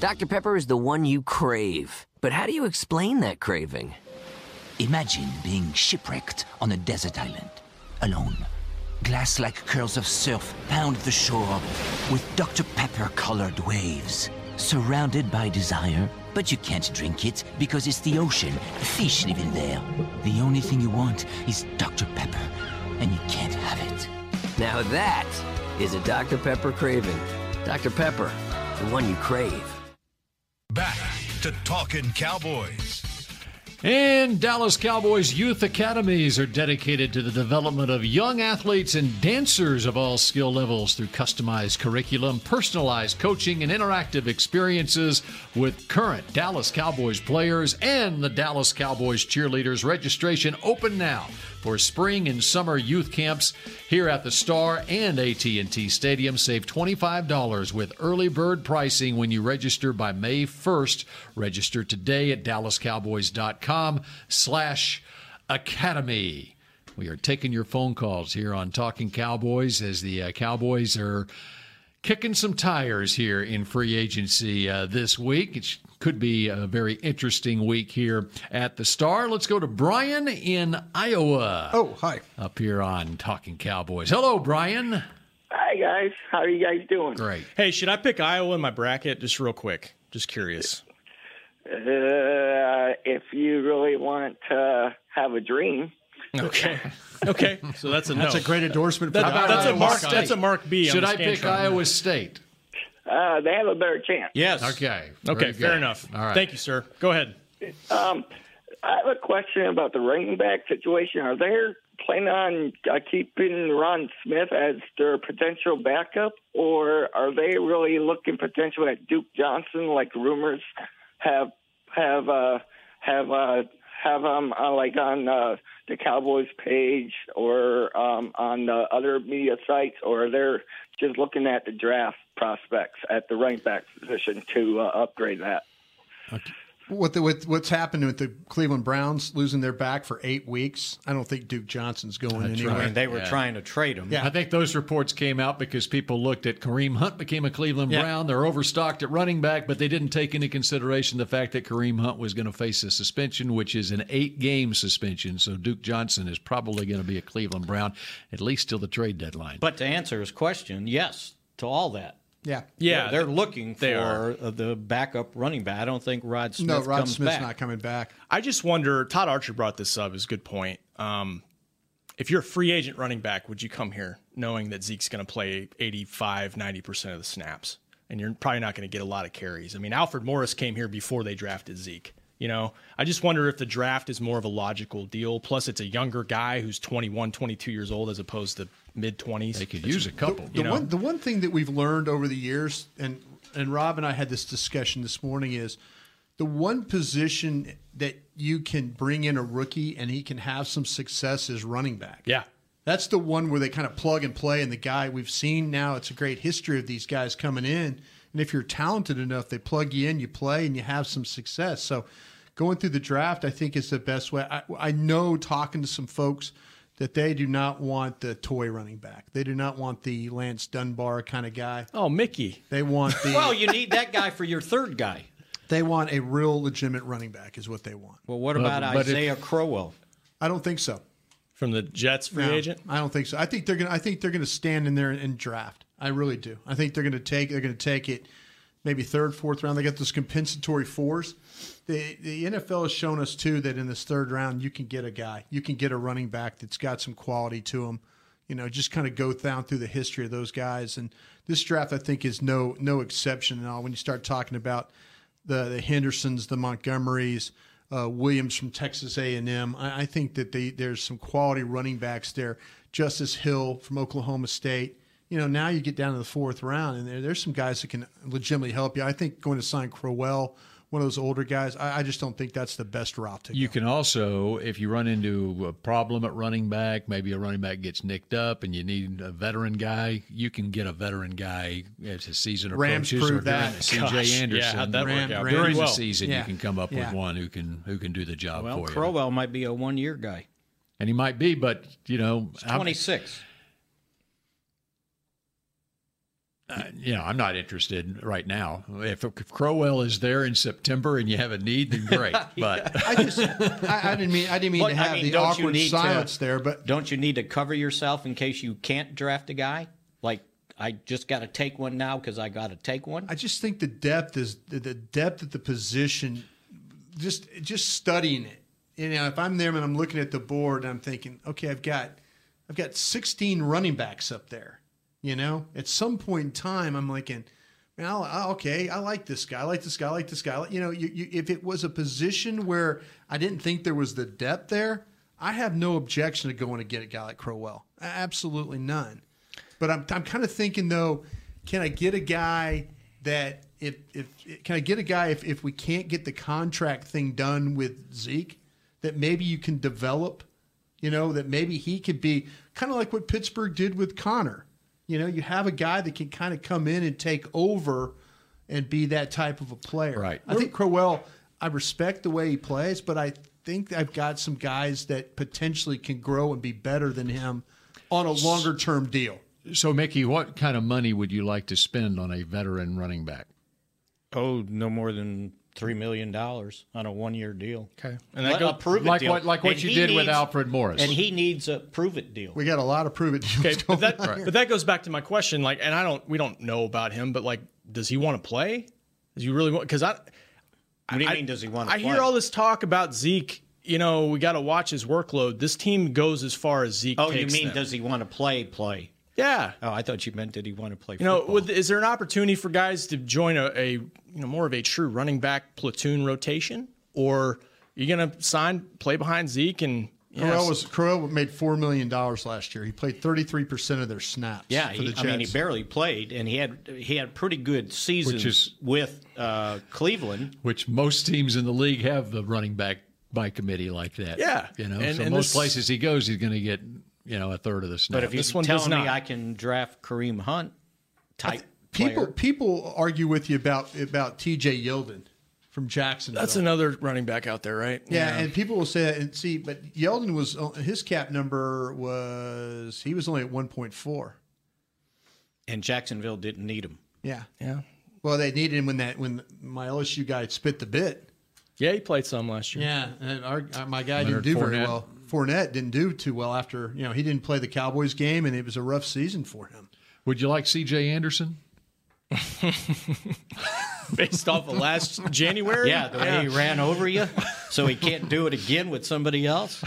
S11: Dr. Pepper is the one you crave. But how do you explain that craving?
S12: Imagine being shipwrecked on a desert island, alone. Glass like curls of surf pound the shore with Dr. Pepper colored waves. Surrounded by desire, but you can't drink it because it's the ocean, fish live in there. The only thing you want is Dr. Pepper, and you can't have it.
S11: Now that is a Dr. Pepper craving. Dr. Pepper, the one you crave.
S1: Back to Talking Cowboys.
S4: And Dallas Cowboys Youth Academies are dedicated to the development of young athletes and dancers of all skill levels through customized curriculum, personalized coaching, and interactive experiences with current Dallas Cowboys players and the Dallas Cowboys cheerleaders. Registration open now for spring and summer youth camps here at the Star and AT&T Stadium. Save $25 with early bird pricing when you register by May 1st. Register today at dallascowboys.com slash academy. We are taking your phone calls here on Talking Cowboys as the uh, Cowboys are kicking some tires here in free agency uh, this week. It could be a very interesting week here at the Star. Let's go to Brian in Iowa.
S13: Oh, hi.
S4: Up here on Talking Cowboys. Hello, Brian.
S14: Hi, guys. How are you guys doing?
S4: Great.
S6: Hey, should I pick Iowa in my bracket? Just real quick. Just curious.
S14: Uh, if you really want to have a dream.
S6: Okay. Okay. So that's a no.
S7: That's a great endorsement for
S6: That-
S7: Iowa
S6: that's a mark.
S7: State.
S6: That's a mark B. on
S4: Should
S6: the
S4: I pick
S6: Scantron.
S4: Iowa State?
S14: Uh, they have a better chance.
S6: Yes.
S4: Okay.
S6: Okay.
S4: very
S6: Fair
S4: good.
S6: enough.
S4: All right.
S6: Thank you, sir. Go ahead.
S14: Um, I have a question about the running back situation. Are they planning on uh, keeping Ron Smith as their potential backup, or are they really looking potential at Duke Johnson, like rumors have have uh, have uh, have um uh, like on uh, the Cowboys page or um, on uh, other media sites, or are they just looking at the draft prospects at the running back position to uh, upgrade that?
S7: What the, with what's happened with the Cleveland Browns losing their back for eight weeks? I don't think Duke Johnson's going anywhere.
S5: And they were trying to trade him.
S4: I think those reports came out because people looked at Kareem Hunt became a Cleveland
S5: Yeah.
S4: Brown. They're overstocked at running back, but they didn't take into consideration the fact that Kareem Hunt was going to face a suspension, which is an eight game suspension. So Duke Johnson is probably going to be a Cleveland Brown, at least till the trade deadline.
S5: But to answer his question, yes to all that.
S7: Yeah.
S5: Yeah, they're looking for uh the backup running back. I don't think Rod Smith
S6: No, Rod
S5: comes
S6: Smith's
S5: back.
S6: not
S7: coming back.
S6: I just wonder. Todd Archer brought this up. Is a good point. Um, if you're a free agent running back, would you come here knowing that Zeke's going to play 85, 90% of the snaps? And you're probably not going to get a lot of carries. I mean, Alfred Morris came here before they drafted Zeke. You know, I just wonder if the draft is more of a logical deal. Plus, it's a younger guy who's 21, 22 years old as opposed to mid 20s. They could
S4: use a couple.
S7: The one the one thing that we've learned over the years, and and Rob and I had this discussion this morning is the one position that you can bring in a rookie and he can have some success is running back.
S6: Yeah.
S7: That's the one where they kind of plug and play, and the guy we've seen now, it's a great history of these guys coming in. And if you're talented enough, they plug you in, you play, and you have some success. So going through the draft, I think, is the best way. I, I know talking to some folks that they do not want the toy running back, they do not want the Lance Dunbar kind of guy.
S6: Oh, Mickey.
S7: They want the.
S5: well, you need that guy for your third guy.
S7: They want a real legitimate running back, is what they want.
S5: Well, what
S7: But-
S5: about
S7: but if-
S5: Isaiah Crowell?
S7: I don't think so.
S6: From the Jets free
S7: No,
S6: agent?
S7: I don't think so. I think they're gonna. I think they're gonna stand in there and, and draft. I really do. I think they're gonna take. They're gonna take it. Maybe third, fourth round. They got those compensatory fours. The the NFL has shown us too that in this third round you can get a guy. You can get a running back that's got some quality to him. You know, just kind of go down through the history of those guys. And this draft, I think, is no no exception at all. When you start talking about the, the Hendersons, the Montgomerys, uh, Williams from Texas A and M. I, I think that they, there's some quality running backs there. Justice Hill from Oklahoma State. You know, now you get down to the fourth round, and there, there's some guys that can legitimately help you. I think going to sign Crowell, one of those older guys, I, I just don't think that's the best route to
S4: You can also, if you run into a problem at running back, maybe a running back gets nicked up and you need a veteran guy, you can get a veteran guy as the season
S7: Rams
S4: approaches.
S7: proved that.
S4: CJ
S7: Gosh, yeah,
S4: Anderson.
S7: how'd that work Ram- out? Ram-
S4: During the
S7: well.
S4: season,
S7: Yeah.
S4: you can come up
S7: Yeah.
S4: with one who can who can do the job
S5: Well,
S4: for you.
S5: Crowell might be a one year guy.
S4: And he might be, but, you know, I'm-
S5: 26.
S4: you know, I'm not interested right now. If, if Crowell is there in September and you have a need, then great. But
S7: I just, I, I didn't mean, I didn't mean
S5: But,
S7: to
S5: I
S7: have
S5: mean,
S7: the
S5: don't you
S7: awkward
S5: need to-
S7: silence there, but
S5: Don't you need to cover yourself in case you can't draft a guy? Like, I just got to take one now because I got to take one?
S7: I just think the depth is the- the depth at the position. Just just studying it. You know, if I'm there and I'm looking at the board and I'm thinking, okay, I've got I've got 16 running backs up there. You know, at some point in time, I'm thinking, man, I'll, I, okay, I like this guy, I like this guy, I like this guy. I like- You know, you, you, if it was a position where I didn't think there was the depth there, I have no objection to going to get a guy like Crowell. A- Absolutely none. But I'm, I'm kind of thinking though, can I get a guy that if if can I get a guy if if we can't get the contract thing done with Zeke, that maybe you can develop, you know, that maybe he could be kind of like what Pittsburgh did with Connor. You know, you have a guy that can kind of come in and take over and be that type of a player. Right. I think Crowell, I respect the way he plays, but I think I've got some guys that potentially can grow and be better than him on a longer term deal.
S4: so, Mickey, what kind of money would you like to spend on a veteran running back?
S5: Oh, no more than $3 million on a one year deal.
S4: Okay.
S5: And that goes, prove it
S4: like
S5: deal.
S4: what- like what
S5: And
S4: you
S5: he
S4: did with
S5: needs-
S4: Alfred Morris.
S5: And he needs a prove it deal.
S7: We got a lot of prove it deals
S6: But that,
S7: on here.
S6: but that goes back to my question. Like, and I don't, we don't know about him, but like, does he want to play? Does he really want? Because I,
S5: What do you
S6: I-
S5: mean, does he want to
S6: I
S5: play?
S6: hear all this talk about Zeke. You know, we got to watch his workload. This team goes as far as Zeke.
S5: Oh, you
S6: takes
S5: mean
S6: them.
S5: does he want to play? Play.
S6: Yeah.
S5: Oh, I thought you meant did he want to play?
S6: You know, would, is there an opportunity for guys to join a, a you know more of a true running back platoon rotation, or you're gonna sign play behind Zeke and yeah,
S7: Crowell was Crowell made four million dollars last year. He played thirty three percent of their snaps.
S5: Yeah,
S7: for
S5: he-
S7: the
S5: I mean, he
S7: Jets.
S5: barely played, and he had he had pretty good seasons
S4: Which is-
S5: with uh, Cleveland.
S4: Which most teams in the league have the running back by committee like that.
S5: Yeah.
S4: You know,
S5: And-
S4: so
S5: and
S4: most
S5: this-
S4: places he goes, he's going to get, you know, a third of the snap.
S5: But if you're telling me I can draft Kareem Hunt type
S7: people
S5: player,
S7: people argue with you about about T.J. Yeldon from Jacksonville.
S6: that's another running back out there, right?
S7: yeah, and people will say that. And see, but Yeldon was uh, his cap number was he was only at one point four.
S5: and Jacksonville didn't need him.
S7: Yeah,
S6: yeah.
S7: Well, they needed him when that when my LSU guy spit the bit.
S6: Yeah, he played some last year.
S7: Yeah, and our, uh, my guy
S6: Leonard
S7: didn't do very
S6: Fournette.
S7: well. Fournette didn't do too well after you know he didn't play the Cowboys game, and it was a rough season for him.
S4: Would you like C.J. Anderson?
S6: Based off of last January?
S5: Yeah, the way he ran over you, so he can't do it again with somebody else.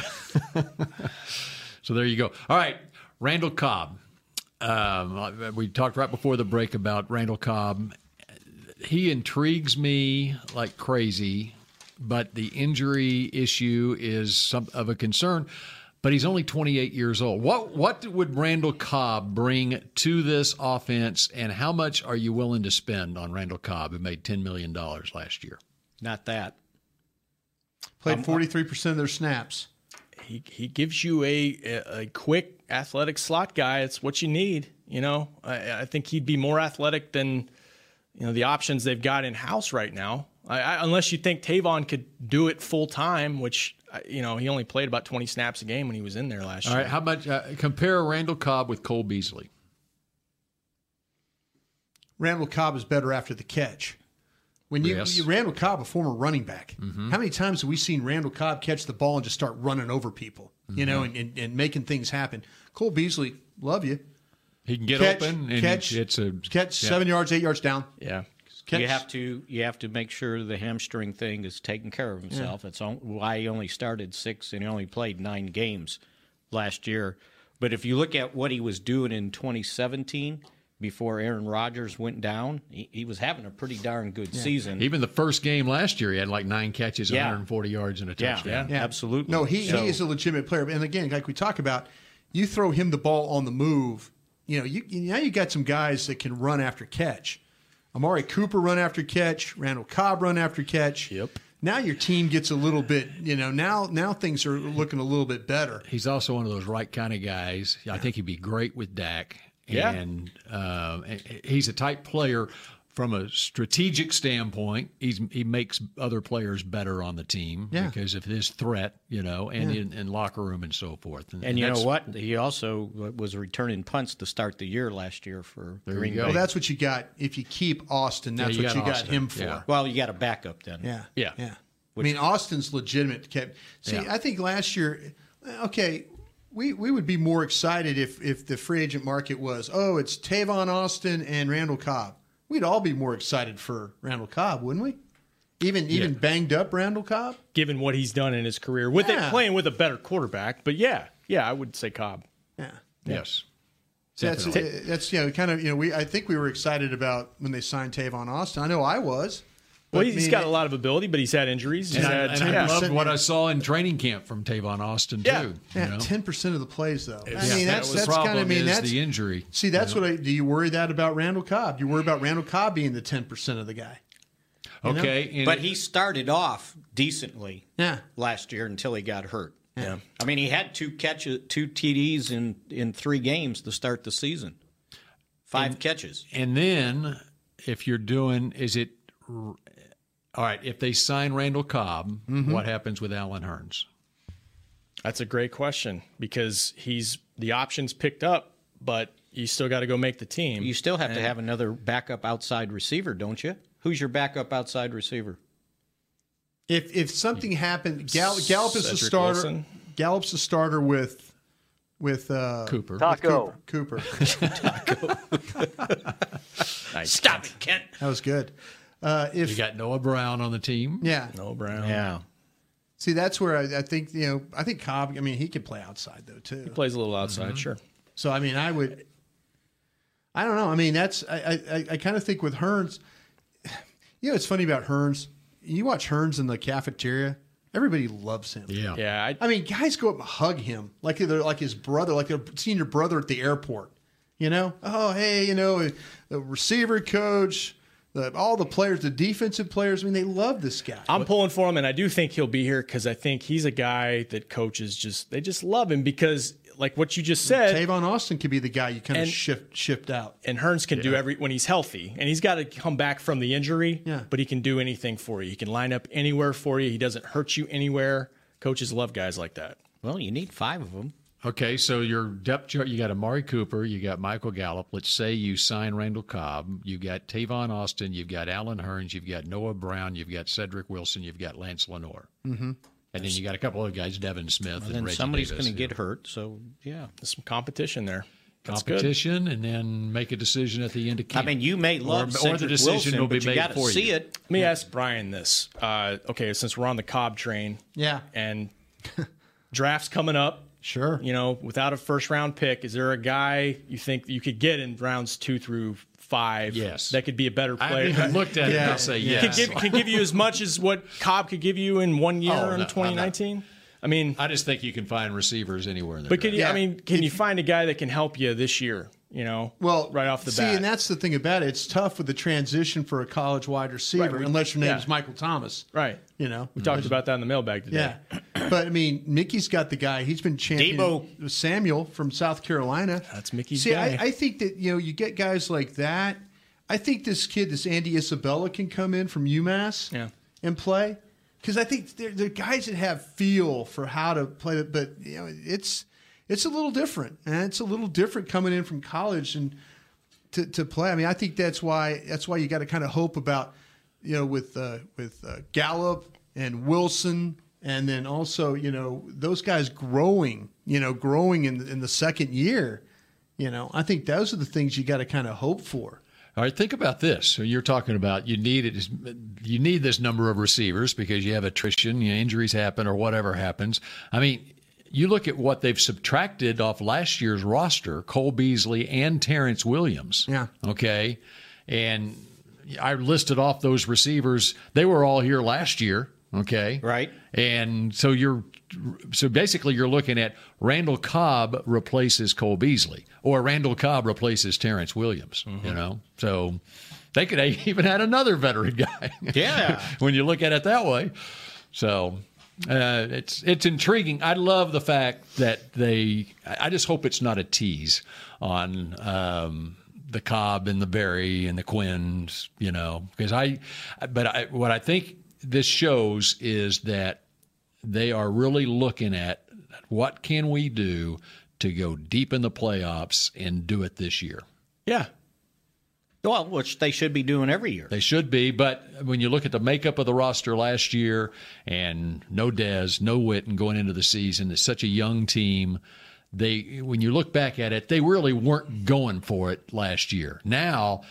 S4: So there you go. All right, Randall Cobb. Um, we talked right before the break about Randall Cobb. He intrigues me like crazy, but the injury issue is some of a concern. But he's only 28 years old. What what would Randall Cobb bring to this offense, and how much are you willing to spend on Randall Cobb, who made 10 million dollars last year?
S5: Not that.
S7: Played forty three percent of their snaps.
S6: He he gives you a a, a quick athletic slot guy. It's what you need. You know, I, I think he'd be more athletic than you know the options they've got in house right now. I, I, unless you think Tavon could do it full time, which I- you know he only played about twenty snaps a game when he was in there last
S4: All
S6: year.
S4: right, how much? Uh, compare Randall Cobb with Cole Beasley.
S7: Randall Cobb is better after the catch. When you,
S4: Yes.
S7: you- Randall Cobb, a former running back, how many times have we seen Randall Cobb catch the ball and just start running over people, you know, and, and, and making things happen? Cole Beasley, love you.
S4: He can get
S7: Catch,
S4: open and
S7: catch,
S4: it's a
S7: catch
S5: yeah.
S7: seven yards, eight yards down.
S6: Yeah.
S7: Catch.
S5: You have to you have to make sure the hamstring thing is taken care of himself. That's on, why he only started six and he only played nine games last year. But if you look at what he was doing in 2017, before Aaron Rodgers went down, he, he was having a pretty darn good season.
S4: Even the first game last year, he had like nine catches,
S5: Yeah.
S4: 140 yards, and a
S5: Yeah,
S4: touchdown.
S5: yeah, absolutely.
S7: No, he,
S5: So-
S7: he is a legitimate player. And again, like we talk about, you throw him the ball on the move. You know, you you- now you got some guys that can run after catch. Amari Cooper run after catch. Randall Cobb run after catch. Yep. Now your team gets a little bit. You know, now now things are looking a little bit better.
S4: He's also one of those right kind of guys. I think he'd be great with Dak.
S7: Yeah.
S4: And um, he's a type player from a strategic standpoint. He's, he makes other players better on the team
S5: Yeah.
S4: because of his threat, you know, and
S5: Yeah.
S4: in, in locker room and so forth.
S5: And you know
S4: that's-
S5: what? He also was returning punts to start the year last year for
S4: you
S5: Green
S4: go.
S5: Bay.
S7: Well, that's what you got if you keep Austin. That's
S5: Yeah,
S7: what you got
S5: Austin.
S7: him for.
S5: Yeah. Well, you got a backup then.
S7: Yeah.
S4: Yeah.
S7: Yeah. I mean, Austin's legitimate. Kept, see,
S5: Yeah.
S7: I think last year, okay, we, we would be more excited if, if the free agent market was, oh, it's Tavon Austin and Randall Cobb. We'd all be more excited for Randall Cobb, wouldn't we? Even even banged up Randall Cobb.
S6: Given what he's done in his career, with
S7: Yeah.
S6: it playing with a better quarterback, but yeah, yeah, I would say Cobb.
S7: Yeah.
S4: Yes.
S7: So that's uh, that's you know kind of you know we I think we were excited about when they signed Tavon Austin. I know I was.
S6: Well,
S7: he's
S6: he's got a lot of ability, but he's had injuries. He's
S4: And, I,
S6: had
S4: and I loved what I saw in training camp from Tavon Austin, too. You
S7: Yeah,
S4: know?
S7: ten percent of the plays though. I
S4: Yeah.
S7: mean, that's
S4: was
S7: that's kind
S4: the problem
S7: of I mean
S4: is
S7: that's
S4: the injury.
S7: See, that's what I do. You worry that about Randall Cobb? You worry about Randall Cobb being the ten percent of the guy. You know?
S5: but he started off decently.
S7: Yeah.
S5: Last year until he got hurt.
S7: Yeah.
S5: I mean, he had two catches, two TDs in in three games to start the season. Five catches.
S4: And then, if you're doing, is it all right? If they sign Randall Cobb, what happens with Alan Hearns?
S6: That's a great question because he's the options picked up, but you still got to go make the team.
S5: You still have to
S6: And-
S5: have another backup outside receiver, don't you? Who's your backup outside receiver?
S7: If if something happened, Gall- Gallup is the
S5: Cedric
S7: starter.
S5: Wilson.
S7: Gallup's the starter with with uh,
S4: Cooper.
S7: with
S4: Taco.
S7: Cooper. Cooper.
S5: Stop it, Kent.
S7: That was good. Uh, if
S4: you got Noah Brown on the team,
S7: Yeah.
S6: Noah Brown,
S5: yeah,
S7: See, that's where I, I think you know. I think Cobb. I mean, he could play outside though too. He
S6: plays a little outside,
S7: Mhm.
S6: sure.
S7: So I mean, I would. I don't know. I mean, that's I I, I kind of think with Hearns. You know, it's funny about Hearns. You watch Hearns in the cafeteria. Everybody loves him.
S4: Yeah,
S6: yeah. I,
S7: mean, guys go up and hug him like they're like his brother, like their senior brother at the airport. You know, oh hey, you know, the receiver coach, the, all the players, the defensive players. I mean, they love this guy.
S6: I'm pulling for him, and I do think he'll be here because I think he's a guy that coaches just they just love him because like what you just said,
S7: Tavon Austin could be the guy you kind
S6: And-
S7: of shift shift out.
S6: and Hearns can do
S7: Yeah.
S6: every when he's healthy, and he's got to come back from the injury.
S7: Yeah.
S6: but he can do anything for you. He can line up anywhere for you. He doesn't hurt you anywhere. Coaches love guys like that.
S5: Well, you need five of them.
S4: Okay, so your depth chart, you got Amari Cooper, you got Michael Gallup. Let's say you sign Randall Cobb, you got Tavon Austin, you've got Alan Hearns, you've got Noah Brown, you've got Cedric Wilson, you've got Lance Lenore.
S5: Mm-hmm.
S4: And then you got a couple of guys, Devin Smith
S5: Well,
S4: and
S5: then
S4: Reggie
S5: somebody's
S4: Davis,
S5: going to
S4: who-
S5: get hurt. So yeah,
S6: there's some competition there.
S4: competition and then make a decision at the end of camp.
S5: I mean, you may love
S4: or, or the
S5: Cedric
S4: decision
S5: Wilson,
S4: will be
S5: but you
S4: made
S5: gotta
S4: for
S5: see
S4: you.
S5: it.
S6: Let me ask Brian this. Uh, okay, since we're on the Cobb train,
S7: Yeah.
S6: and drafts coming up.
S7: Sure.
S6: You know, without a first round pick, is there a guy you think you could get in rounds two through five? Yes. That could be a better
S4: I
S6: player.
S4: haven't even looked at it, and I'll say
S6: Can
S4: yes. Oh,
S6: give, can give you as much as what Cobb could give you in one year in 2019. I mean,
S4: I just think you can find receivers anywhere. In the
S6: But can you?
S4: draft.
S6: I mean, can you find a guy that can help you this year? You know,
S7: well,
S6: right off the
S7: See,
S6: bat.
S7: and that's the thing about it. It's tough with the transition for a college wide receiver,
S6: Right, we-
S7: unless your name
S6: yeah.
S7: is Michael Thomas.
S6: Right.
S7: You know,
S6: we talked about that in the mailbag today.
S7: Yeah. But I mean, Mickey's got the guy. He's been champion
S6: Debo.
S7: Samuel from South Carolina. That's
S6: Mickey's
S7: See,
S6: guy.
S7: I, I think that you know you get guys like that. I think this kid, this Andy Isabella, can come in from UMass and play because I think they're, they're guys that have feel for how to play it. But you know, it's it's a little different, and it's a little different coming in from college and to, to play. I mean, I think that's why that's why you got to kind of hope about you know with uh, with uh, Gallup and Wilson, and then also you know those guys growing, you know, growing in the, in the second year. You know, I think those are the things you got to kind of hope for.
S4: All right, think about this. So you're talking about you need it. You need this number of receivers because you have attrition, you know, injuries happen, or whatever happens. I mean, you look at what they've subtracted off last year's roster: Cole Beasley and Terrence Williams. Yeah. Okay, and I listed off those receivers. They were all here last year. Okay. Right. And so you're so basically you're looking at Randall Cobb replaces Cole Beasley or Randall Cobb replaces Terrence Williams, you know. So they could have even had another veteran guy.
S5: Yeah.
S4: when you look at it that way. So uh, it's it's intriguing. I love the fact that they. I I just hope it's not a tease on um, the Cobb and the Berry and the Quins, you know, because I. But I, what I think this shows is that they are really looking at what can we do to go deep in the playoffs and do it this year.
S6: Yeah.
S5: Well, which they should be doing every year.
S4: They should be, but when you look at the makeup of the roster last year and no Dez, no Witten going into the season, it's such a young team. They when you look back at it, they really weren't going for it last year. Now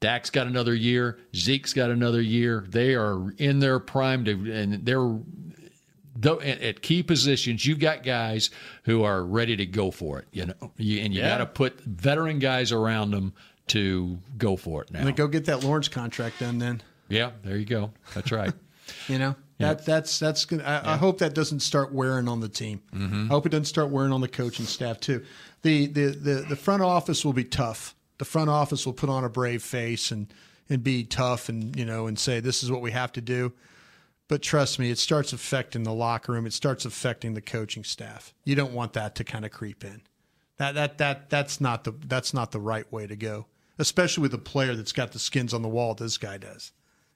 S4: Dak's got another year, Zeke's got another year. They are in their prime to and they're though at, at key positions, you've got guys who are ready to go for it, you know. You, and you
S7: Yeah.
S4: got to put veteran guys around them to go for it now.
S7: And then go get that Lawrence contract done. Then
S4: Yeah, there you go. That's right.
S7: you know
S4: Yeah.
S7: that that's that's gonna. I, I hope that doesn't start wearing on the team. I hope it doesn't start wearing on the coaching staff too. The, the the the front office will be tough. The front office will put on a brave face and and be tough and you know and say this is what we have to do. But trust me, it starts affecting the locker room. It starts affecting the coaching staff. You don't want that to kind of creep in. That that that that's not the that's not the right way to go, especially with a player that's got the skins on the wall. This guy does,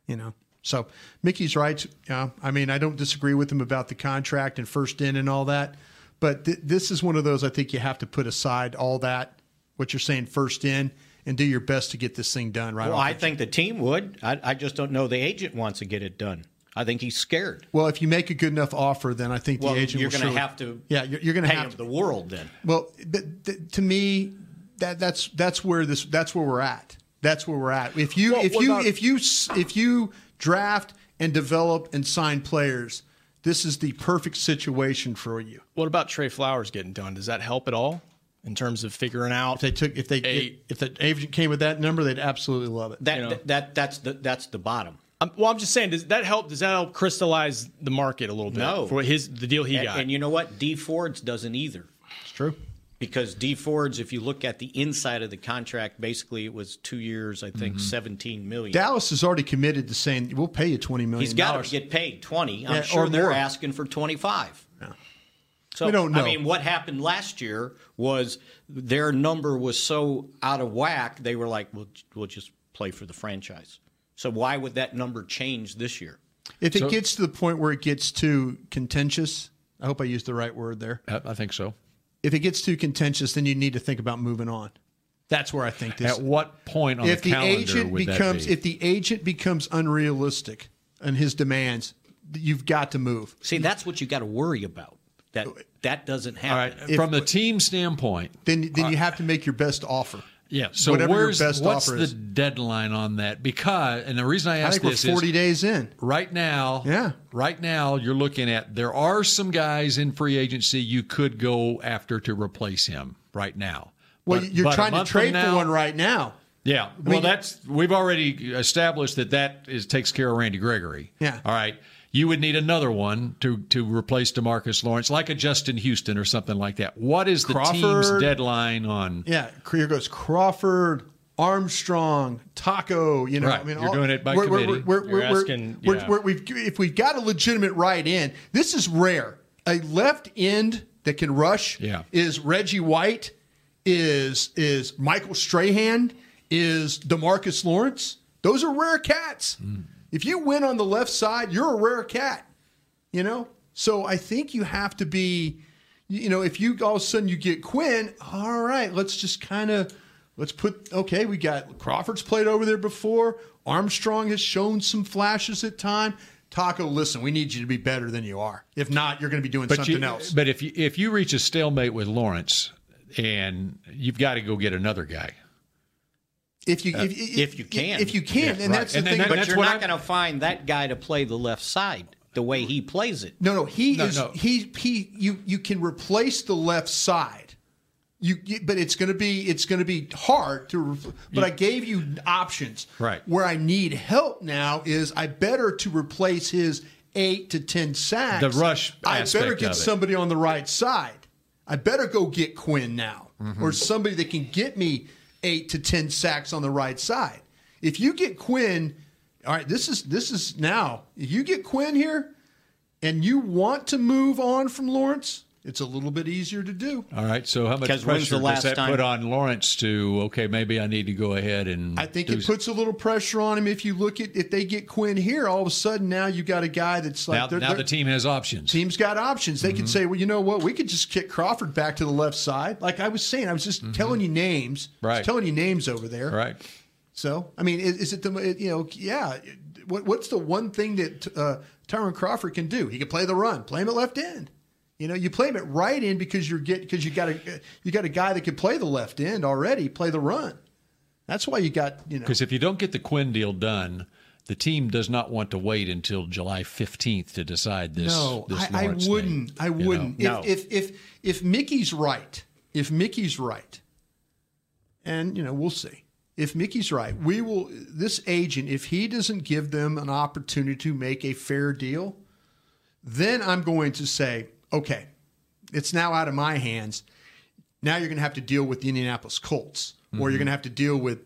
S7: you know. So Mickey's right. Yeah, I mean, I don't disagree with him about the contract and first in and all that, but th- this is one of those I think you have to put aside all that what you're saying first in and do your best to get this thing done right.
S5: well,
S7: off
S5: I think the team would. I, I just don't know. The agent wants to get it done. I think he's scared.
S7: Well, if you make a good enough offer, then I think the
S5: Well,
S7: agent
S5: you're
S7: will
S5: going to
S7: surely-
S5: have to.
S7: Yeah, you're, you're going to
S5: pay
S7: have
S5: him the world then.
S7: Well, but th- to me, that that's that's where this that's where we're at. That's where we're at. If you if
S13: what
S7: you
S13: about-
S7: if you s- if you draft and develop and sign players, this is the perfect situation for you.
S6: What about Trey Flowers getting done? Does that help at all in terms of figuring out? If
S7: they took, if they, if the agent came with that number, they'd absolutely love it.
S5: That, that that's the that's the bottom.
S6: I'm, well, I'm just saying, does that help? Does that help crystallize the market a little bit?
S5: No,
S6: for his the deal he
S5: and,
S6: got.
S5: And you know what? D Ford's doesn't either.
S7: It's true.
S5: Because D Ford's, if you look at the inside of the contract, basically it was two years, I think,
S7: Mhm.
S5: seventeen million.
S7: Dallas is already committed to saying we'll pay you twenty million.
S5: He's got to get paid twenty. I'm
S7: Yeah,
S5: sure
S7: or
S5: they're
S7: more.
S5: asking for twenty five. So
S7: We don't
S5: I
S7: know.
S5: mean, what happened last year was their number was so out of whack. They were like, "We'll we'll just play for the franchise." So why would that number change this year?
S7: If it
S5: So-
S7: gets to the point where it gets too contentious, I hope I used the right word there.
S4: I think so.
S7: If it gets too contentious, then you need to think about moving on. That's where I think this.
S4: At what point on
S7: if
S4: the
S7: the,
S4: calendar
S7: agent
S4: would that
S7: becomes
S4: be?
S7: if the agent becomes unrealistic in his demands, you've got to move.
S5: See, that's what you got to worry about. That that doesn't happen.
S4: If- From a team standpoint,
S7: then then
S4: Uh,
S7: you have to make your best offer.
S4: Yeah. So
S7: whatever your
S4: where's
S7: best
S4: what's
S7: offer
S4: the
S7: is.
S4: deadline on that? Because and the reason I
S7: I
S4: ask
S7: think we're
S4: this
S7: 40
S4: is
S7: days in.
S4: right now. Yeah. Right now, you're looking at there are some guys in free agency you could go after to replace him right now.
S7: Well,
S4: But-
S7: you're
S4: but a
S7: trying to
S4: month from
S7: trade
S4: now-
S7: for one right now.
S4: Yeah.
S7: I
S4: Well,
S7: mean-
S4: that's we've already established that that is takes care of Randy Gregory.
S7: Yeah.
S4: All right. You would need another one to to replace Demarcus Lawrence, like a Justin Houston or something like that. What is the
S7: Crawford.
S4: team's deadline on?
S7: Yeah, here goes Crawford, Armstrong, Taco. You know,
S4: Right,
S7: I mean,
S4: you're doing it by
S7: we're, we're-
S4: committee.
S7: We're,
S4: You're
S7: we're- we're-
S4: asking-
S7: we're-
S4: yeah.
S7: we're- we've, if we've got a legitimate right end, this is rare. A left end that can rush
S4: Yeah.
S7: is Reggie White, is is Michael Strahan, is Demarcus Lawrence. Those are rare cats.
S4: Mm.
S7: If you win on the left side, you're a rare cat. You know? So I think you have to be, you know, if you all of a sudden you get Quinn, all right, let's just kind of let's put okay, we got Crawford's played over there before. Armstrong has shown some flashes at time. Taco, listen, we need you to be better than you are. If not, you're going to be doing something
S4: you,
S7: else.
S4: But if you if you reach a stalemate with Lawrence, and you've got to go get another guy.
S7: If you
S4: Uh,
S7: if,
S5: if you can,
S7: if you can, and that's the
S5: and then-
S7: thing.
S5: But you're not going to find that guy to play the left side the way he plays it.
S7: No, no, he
S5: No,
S7: is
S5: no.
S7: he he you you can replace the left side. You, you but it's going to be it's going to be hard to repl- but I gave you options.
S4: Right.
S7: Where I need help now is I better to replace his 8 to 10 sacks.
S4: The rush
S7: I
S4: aspect
S7: better
S4: of
S7: get
S4: it.
S7: somebody on the right side. I better go get Quinn now
S4: Mhm.
S7: or somebody that can get me 8 to 10 sacks on the right side. If you get Quinn, all right, this is this is now. If you get Quinn here, and you want to move on from Lawrence, it's a little bit easier to do.
S4: All right. So how much
S7: 'Cause when's
S4: pressure
S7: the last
S4: does that
S7: time-
S4: put on Lawrence to? Okay, maybe I need to go ahead and.
S7: I think
S4: do
S7: it puts a little pressure on him. If you look at if they get Quinn here, all of a sudden now you got a guy that's like
S4: now,
S7: they're-
S4: now
S7: they're-
S4: the team has options.
S7: team's got options. They
S4: Mm-hmm.
S7: can say, well, you know what, we could just kick Crawford back to the left side. Like I was saying, I was just telling you names, Just
S4: Mm-hmm. Right.
S7: telling you names over there,
S4: Right.
S7: So I mean, is, is it the you know yeah? What, what's the one thing that uh, Tyron Crawford can do? He can play the run. Play him at left end. You know, you play him at right end because you're get because you got a you got a guy that can play the left end already. Play the run. That's why you got you know.
S4: Because if you don't get the Quinn deal done, the team does not want to wait until July 15th to decide this.
S7: no,
S4: this
S7: I, I
S4: Lawrence thing,
S7: wouldn't. I
S4: you know?
S7: wouldn't. If, if if if Mickey's right, if Mickey's right, and you know we'll see. If Mickey's right, we will. This agent, if he doesn't give them an opportunity to make a fair deal, then I'm going to say, okay, it's now out of my hands. Now you're going to have to deal with the Indianapolis Colts, or you're
S4: Mhm.
S7: going to have to deal with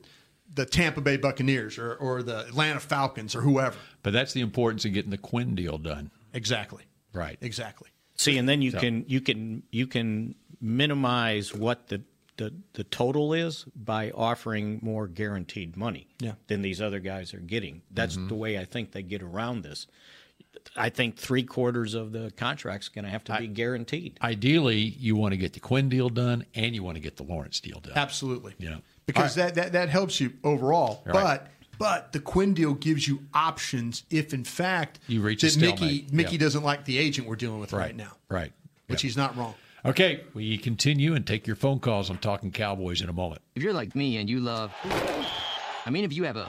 S7: the Tampa Bay Buccaneers, or, or the Atlanta Falcons, or whoever.
S4: But that's the importance of getting the Quinn deal done.
S7: Exactly.
S4: Right.
S7: Exactly.
S5: See, and then you
S4: So-
S5: can you can you can minimize what the, the the total is by offering more guaranteed money
S7: Yeah.
S5: than these other guys are getting. That's
S13: Mm-hmm.
S4: Mhm.
S5: the way I think they get around this. I think three quarters of the contract's going to have to be guaranteed.
S4: Ideally, you want to get the Quinn deal done and you want to get the Lawrence deal done.
S7: Absolutely.
S4: You know?
S7: because that, that that helps you overall.
S4: Right.
S7: But but the Quinn deal gives you options if in fact
S4: You reach a
S7: that Mickey
S4: stalemate.
S7: Mickey
S4: Yeah.
S7: doesn't like the agent we're dealing with right, now,
S4: Right.
S7: which he's not wrong.
S4: Okay, we continue and take your phone calls. I'm talking Cowboys in a moment.
S9: If you're like me and you love. I mean, if you have a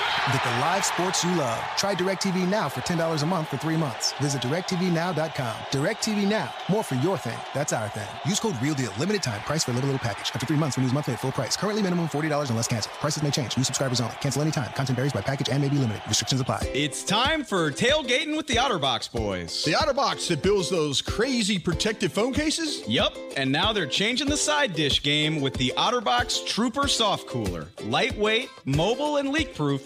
S10: Get the live sports you love. Try DirecTV Now for $10 a month for three months. Visit DirecTVNow.com. DirecTV Now. More for your thing. That's our thing. Use code REALDEAL. Limited time. Price for a little, little package. After three months, renews monthly at full price. Currently minimum $40 unless canceled. Prices may change. New subscribers only. Cancel anytime. Content varies by package and may be limited. Restrictions apply.
S13: It's time for tailgating with the Otterbox boys.
S15: The Otterbox that builds those crazy protective phone cases?
S13: Yup, and now they're changing the side dish game with the Otterbox Trooper Soft Cooler. Lightweight, mobile, and leak proof,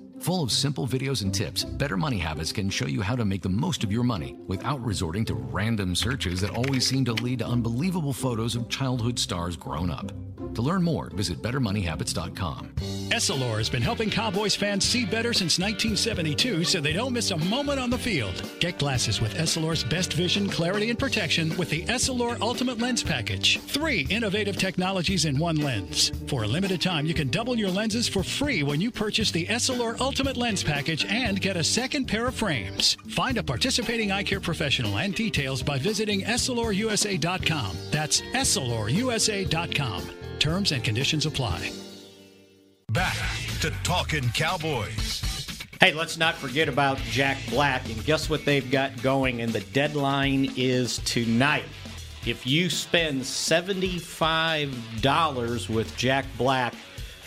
S16: Full of simple videos and tips, Better Money Habits can show you how to make the most of your money without resorting to random searches that always seem to lead to unbelievable photos of childhood stars grown up. To learn more, visit BetterMoneyHabits.com.
S2: Essilor has been helping Cowboys fans see better since 1972 so they don't miss a moment on the field. Get glasses with Essilor's best vision, clarity, and protection with the Essilor Ultimate Lens Package. Three innovative technologies in one lens. For a limited time, you can double your lenses for free when you purchase the Essilor Ultimate Lens Package and get a second pair of frames. Find a participating eye care professional and details by visiting EssilorUSA.com. That's EssilorUSA.com. Terms and conditions apply.
S1: Back to Talking Cowboys.
S5: Hey, let's not forget about Jack Black. And guess what they've got going? And the deadline is tonight. If you spend $75 with Jack Black,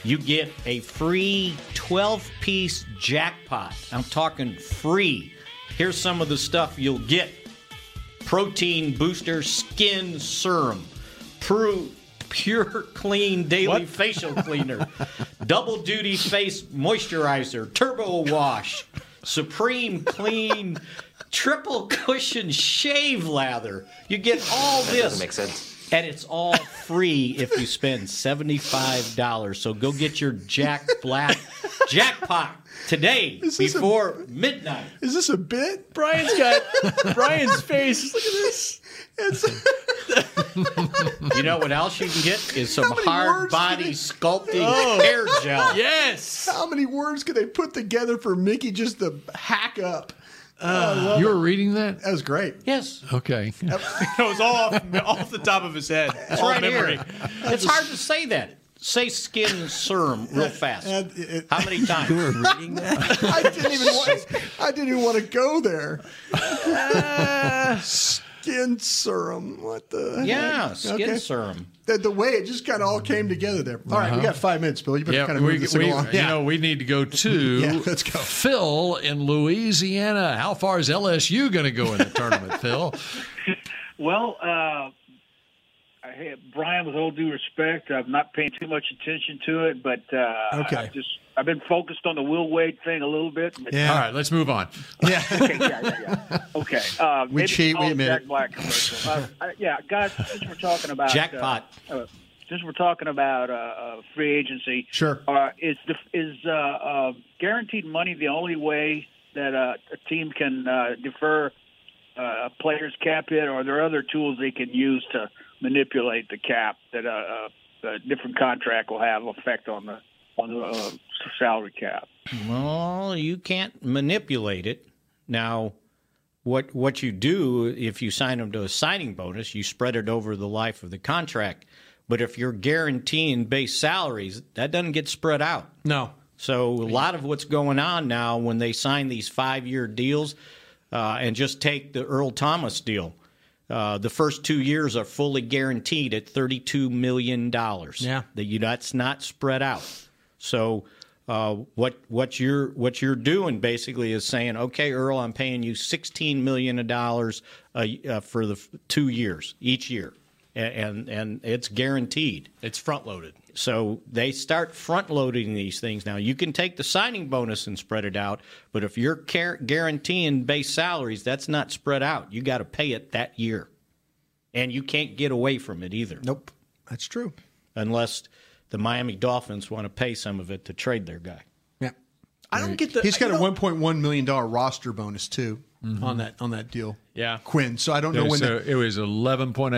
S5: you get a free 12 piece jackpot. I'm talking free. Here's some of the stuff you'll get protein booster skin serum, Pru- pure clean daily facial cleaner, double duty face moisturizer, turbo wash, supreme clean, triple cushion shave lather. You get all
S17: That
S5: this.
S17: doesn't make sense.
S5: And it's all free if you spend $75. So go get your Jack Black jackpot today before midnight.
S7: Is this a bit?
S6: Brian's got Brian's face. Look at this.
S5: You know what else you can get is some
S7: many
S5: hard
S7: words did
S5: body
S7: he-
S5: sculpting
S7: Oh.
S5: hair gel.
S6: Yes.
S7: How many words could they put together for Mickey just to hack up? Uh,
S4: you were reading that?
S7: That was great.
S5: Yes.
S4: Okay.
S6: it was all off, off the top of his head.
S5: It's
S6: all
S5: right
S6: memory.
S5: here. It's hard to say that. Say skin serum real fast. How many times?
S7: I didn't even want. I didn't even want to go there.
S4: Uh,
S7: skin serum. What the? heck?
S5: Yeah, skin
S7: Okay.
S5: serum.
S7: The, the way it just kind of all came together there. All right,
S4: Uh-huh.
S7: we got five minutes, Bill. You better
S4: Yeah,
S7: kind of
S4: we,
S7: move this
S4: we-
S7: thing along.
S4: you know, we need to go to
S7: Yeah, let's go.
S4: Phil in Louisiana. How far is LSU going to go in the tournament, Phil?
S18: Well, uh, I, hey, Brian, with all due respect, I'm not paying too much attention to it, but uh,
S4: Okay.
S18: I've just I've been focused on the Will Wade thing a little bit. but-
S4: All right, let's move on.
S18: okay, yeah, yeah, yeah. Okay. Uh,
S4: We
S18: maybe
S4: cheat,
S18: all
S4: we admit
S18: Jack
S4: it.
S18: Black commercial. Uh, I- yeah, guys, since we're talking about
S5: Jackpot.
S18: Uh, uh, since we're talking about uh, uh, free agency,
S7: Sure.
S18: Uh, is the, is uh, uh, guaranteed money the only way that uh, a team can uh, defer uh, a player's cap hit, or are there other tools they can use to manipulate the cap that uh, uh, a different contract will have effect on the on the uh, salary cap?
S5: Well, you can't manipulate it. Now, what what you do if you sign them to a signing bonus, you spread it over the life of the contract. But if you're guaranteeing base salaries, that doesn't get spread out.
S4: No.
S5: So a lot of what's going on now when they sign these five year deals, uh, and just take the Earl Thomas deal. Uh, the first two years are fully guaranteed at thirty-two million dollars.
S4: Yeah.
S5: that you that's not spread out. So uh, what what you're what you're doing basically is saying, okay, Earl, I'm paying you sixteen million dollars uh, uh, for the f- two years each year, A- and and it's guaranteed.
S6: It's front loaded.
S5: So they start front loading these things now. You can take the signing bonus and spread it out, but if you're car- guaranteeing base salaries, that's not spread out. You got to pay it that year, and you can't get away from it either.
S7: Nope, that's true.
S5: Unless the Miami Dolphins want to pay some of it to trade their guy.
S7: Yeah.
S6: I don't get the.
S7: He's got
S6: you
S7: a
S6: know-
S7: one point one million dollar roster bonus too. on that on that deal.
S6: Yeah.
S7: Quinn. So I don't know
S4: Mm-hmm. There's
S7: when
S4: a- it was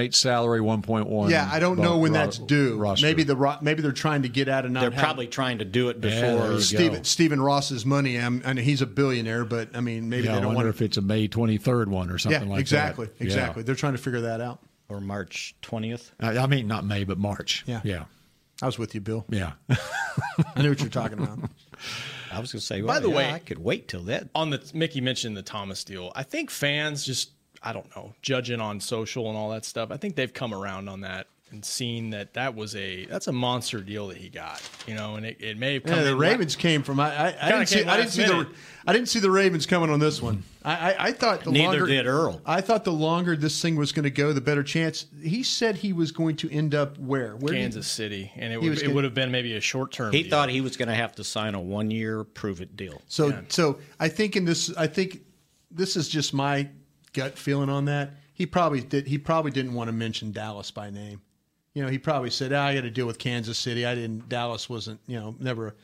S4: 11.8 salary, 1.1.
S7: Yeah, I don't know when
S4: ro-
S7: that's due.
S4: roster.
S7: Maybe the ro- maybe they're trying to get out of not.
S5: They're
S7: having-
S5: probably trying to do it before.
S7: Stephen Stephen Ross's money. I'm, I know he's a billionaire, but I mean maybe
S4: yeah,
S7: they
S4: I
S7: don't
S4: wonder
S7: want
S4: if it's a May 23rd one or something
S7: yeah,
S4: like
S7: exactly,
S4: that.
S7: exactly. They're trying to figure that out.
S5: Or March twentieth.
S4: I I mean, not May, but March.
S7: Yeah.
S4: Yeah.
S7: I was with you, Bill.
S4: Yeah.
S7: I knew what you're talking about.
S5: I was going to say.
S6: By
S5: well,
S6: the
S5: yeah,
S6: way,
S5: I could wait till that.
S6: On the Mickey mentioned the Thomas deal. I think fans just I don't know judging on social and all that stuff. I think they've come around on that and seen that that was a that's a monster deal that he got. You know, and it, it may have come.
S7: Yeah, the
S6: in-
S7: Ravens came from. I, I, I
S6: Kinda
S7: didn't see.
S6: came
S7: I didn't
S6: last
S7: see the.
S6: minute.
S7: I didn't see the Ravens coming on this one. I, I, I thought the
S5: Neither
S7: longer
S5: did Earl.
S7: I thought the longer this thing was going to go, the better chance. He said he was going to end up where? Where? did-
S6: Kansas City, and it
S7: He
S6: would,
S7: was
S6: it
S7: gonna-
S6: would have been maybe a short term.
S5: He thought he was going to have to sign a one-year prove-it deal.
S7: So so I think in this I think this is just my gut feeling on that. He probably did he probably didn't want to mention Dallas by name. You know, he probably said, "Ah, "I got to deal with Kansas City. I didn't Dallas wasn't, you know, never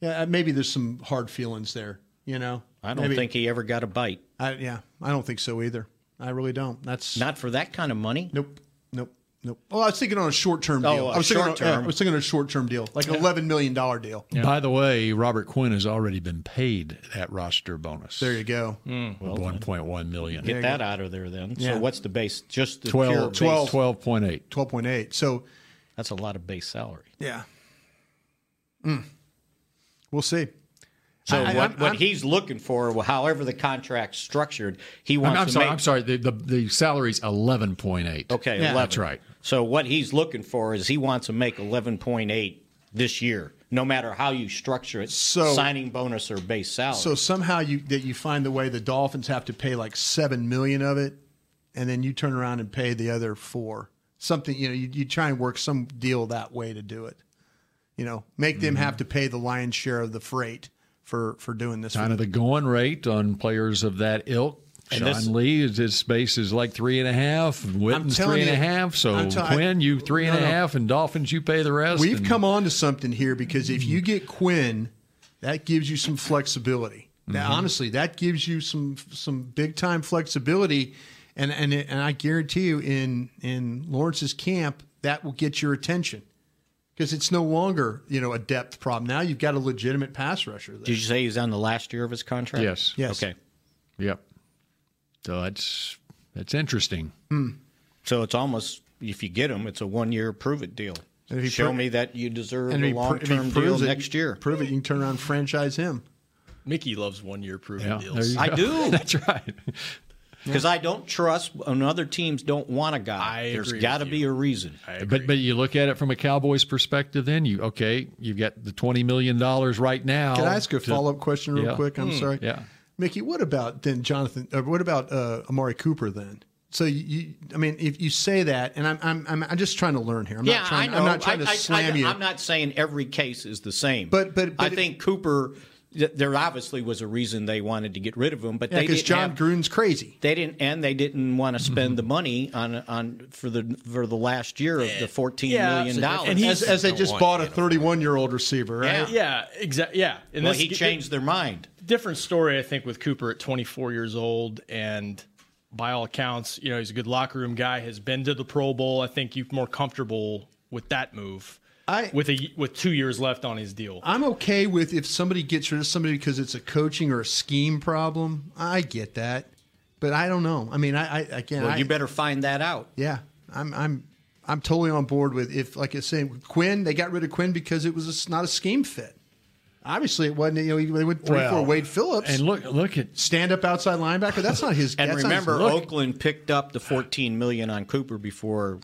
S7: Yeah, maybe there's some hard feelings there, you know.
S5: I don't
S7: Maybe-
S5: think he ever got a bite.
S7: I yeah, I don't think so either. I really don't. That's
S5: not for that kind of money.
S7: Nope. Nope. Nope. Well, I was thinking on a short term deal.
S5: Oh, a
S7: I was thinking on-
S5: short-term.
S7: yeah, I was thinking on a short term deal, like an eleven million dollar deal.
S4: By the way, Robert Quinn has already been paid that roster bonus.
S7: There you go.
S5: well
S4: One point one million.
S5: Get that out of there then.
S7: Yeah.
S5: So what's the base? Just the pure
S4: 12,
S5: base.
S4: 12, 12.8.
S7: 12.8. So
S5: that's a lot of base salary.
S7: Yeah. Mm. We'll see.
S5: So
S7: I- I-
S5: what,
S7: I'm-
S5: what
S7: I'm-
S5: he's looking for, however the contract's structured, he
S4: I'm,
S5: wants
S4: I'm
S5: to
S4: sorry.
S5: make.
S4: I'm sorry. The, the, the salary's 11.8.
S5: Okay,
S4: That's
S5: 11.
S4: right.
S5: So what he's looking for is he wants to make 11.8 this year, no matter how you structure it,
S7: So-
S5: signing bonus or base salary.
S7: So somehow you that you find the way the Dolphins have to pay like seven million of it, and then you turn around and pay the other four. Something you know you, you try and work some deal that way to do it. You know, make
S5: Mm-hmm.
S7: them have to pay the lion's share of the freight for for doing this.
S4: Kind of the going rate on players of that ilk.
S7: And
S4: Sean
S7: this-
S4: Lee, his- his space is like three and a half. Witten's
S7: telling
S4: three and a
S7: you-
S4: half.
S7: I'm
S4: So
S7: tell- I-
S4: Quinn, you three and a
S7: No,
S4: half,
S7: no.
S4: and Dolphins, you pay the rest.
S7: We've
S4: and-
S7: come on to something here because if you get Quinn, that gives you some flexibility. Now,
S5: Mm-hmm.
S4: Mhm.
S7: honestly, that gives you some some big time flexibility, and and and I guarantee you, in in Lawrence's camp, that will get your attention because it's no longer you know a depth problem. Now you've got a legitimate pass rusher.
S5: Did you say he's on the last year of his contract?
S4: Yes.
S7: Yes.
S5: Okay.
S4: Yep. So that's that's interesting.
S5: So it's almost if you get him, it's a one-year prove-it deal.
S7: And if he
S5: Show
S7: pro-
S5: me that you deserve
S7: if
S5: a
S7: he pr- if he
S5: long-term deal
S7: proves it-
S5: next year.
S7: Prove it. You can turn around and franchise him.
S6: Mickey loves one year proven
S7: Yeah, there
S6: deals.
S7: you I go. do. That's
S4: right.
S5: Because I don't trust, and other teams don't want a guy. There's
S4: agree
S5: got to be a reason.
S4: But but you look at it from a Cowboys perspective, then you okay, you've got the twenty million dollars right now.
S7: Can I ask a
S4: to-
S7: follow up question real
S4: Yeah.
S7: quick? I'm sorry.
S4: Yeah.
S7: Mickey, what about then Jonathan? Or what about uh, Amari Cooper then? So you, you, I mean, if you say that, and I'm, I'm, I'm, I'm just trying to learn here. I'm
S5: yeah,
S7: not trying.
S5: I know.
S7: I'm not trying to
S5: I- I-
S7: slam
S5: I,
S7: you.
S5: I'm not saying every case is the same.
S7: But- but-
S5: I think Cooper, th- there obviously was a reason they wanted to get rid of him, but
S7: Yeah,
S5: they
S7: 'cause
S5: didn't
S7: John
S5: have-
S7: Gruden's crazy.
S5: They didn't, and they didn't want to spend the money on on for the for the last year of the fourteen million dollars.
S7: and as, as they just bought a 31 year old receiver, right?
S6: Yeah, exactly. Yeah,
S5: Well, he changed their mind.
S6: Different story, I think, with Cooper at 24 years old, and by all accounts, you know, he's a good locker room guy. Has been to the Pro Bowl. I think you're more comfortable with that move.
S7: I,
S6: with a with two years left on his deal.
S7: I'm okay with if somebody gets rid of somebody because it's a coaching or a scheme problem. I get that, but I don't know. I mean, I, I again,
S5: Well,
S7: I,
S5: you better find that out.
S7: Yeah, I'm I'm I'm totally on board with if like I say Quinn. They got rid of Quinn because it was just not a scheme fit. Obviously, it wasn't. You know, they went three
S5: Well,
S7: for Wade Phillips
S5: and
S4: look look at
S7: stand up outside linebacker. That's not his.
S5: And
S7: that's not his
S5: remember,
S7: look.
S5: Oakland picked up the fourteen million on Cooper before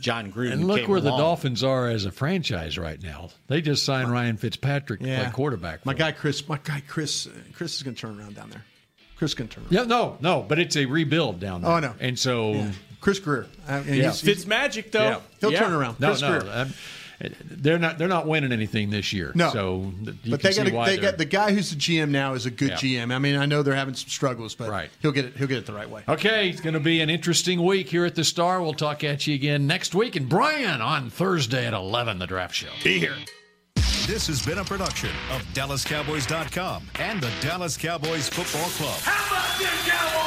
S5: John Gruden.
S4: And look
S5: came
S4: where the
S5: along.
S4: Dolphins are as a franchise right now. They just signed Ryan Fitzpatrick to
S7: Yeah.
S4: play quarterback.
S7: my guy Chris, my guy Chris, uh, Chris is going to turn around down there. Chris can turn around.
S4: Yeah, no, no, but it's a rebuild down there.
S7: Oh, I know.
S4: And so
S7: Yeah. Chris Greer, I mean, he's- he's-
S6: Fitz magic though.
S4: Yeah.
S7: He'll turn around.
S4: No,
S7: Chris
S4: no,
S7: Greer.
S4: I'm- they're not. They're not winning anything this year.
S7: No.
S4: So th- you
S7: but
S4: can
S7: they got
S4: see why
S7: a, they
S4: they're-
S7: got the guy who's the GM now is a good
S4: Yeah.
S7: GM. I mean, I know they're having some struggles, but he'll get it. He'll get it the right way.
S4: Okay, it's going to be an interesting week here at the Star. We'll talk at you again next week. And Brian on Thursday at 11, the draft show. Be here.
S1: This has been a production of DallasCowboys.com and the Dallas Cowboys Football Club.
S3: Cowboys!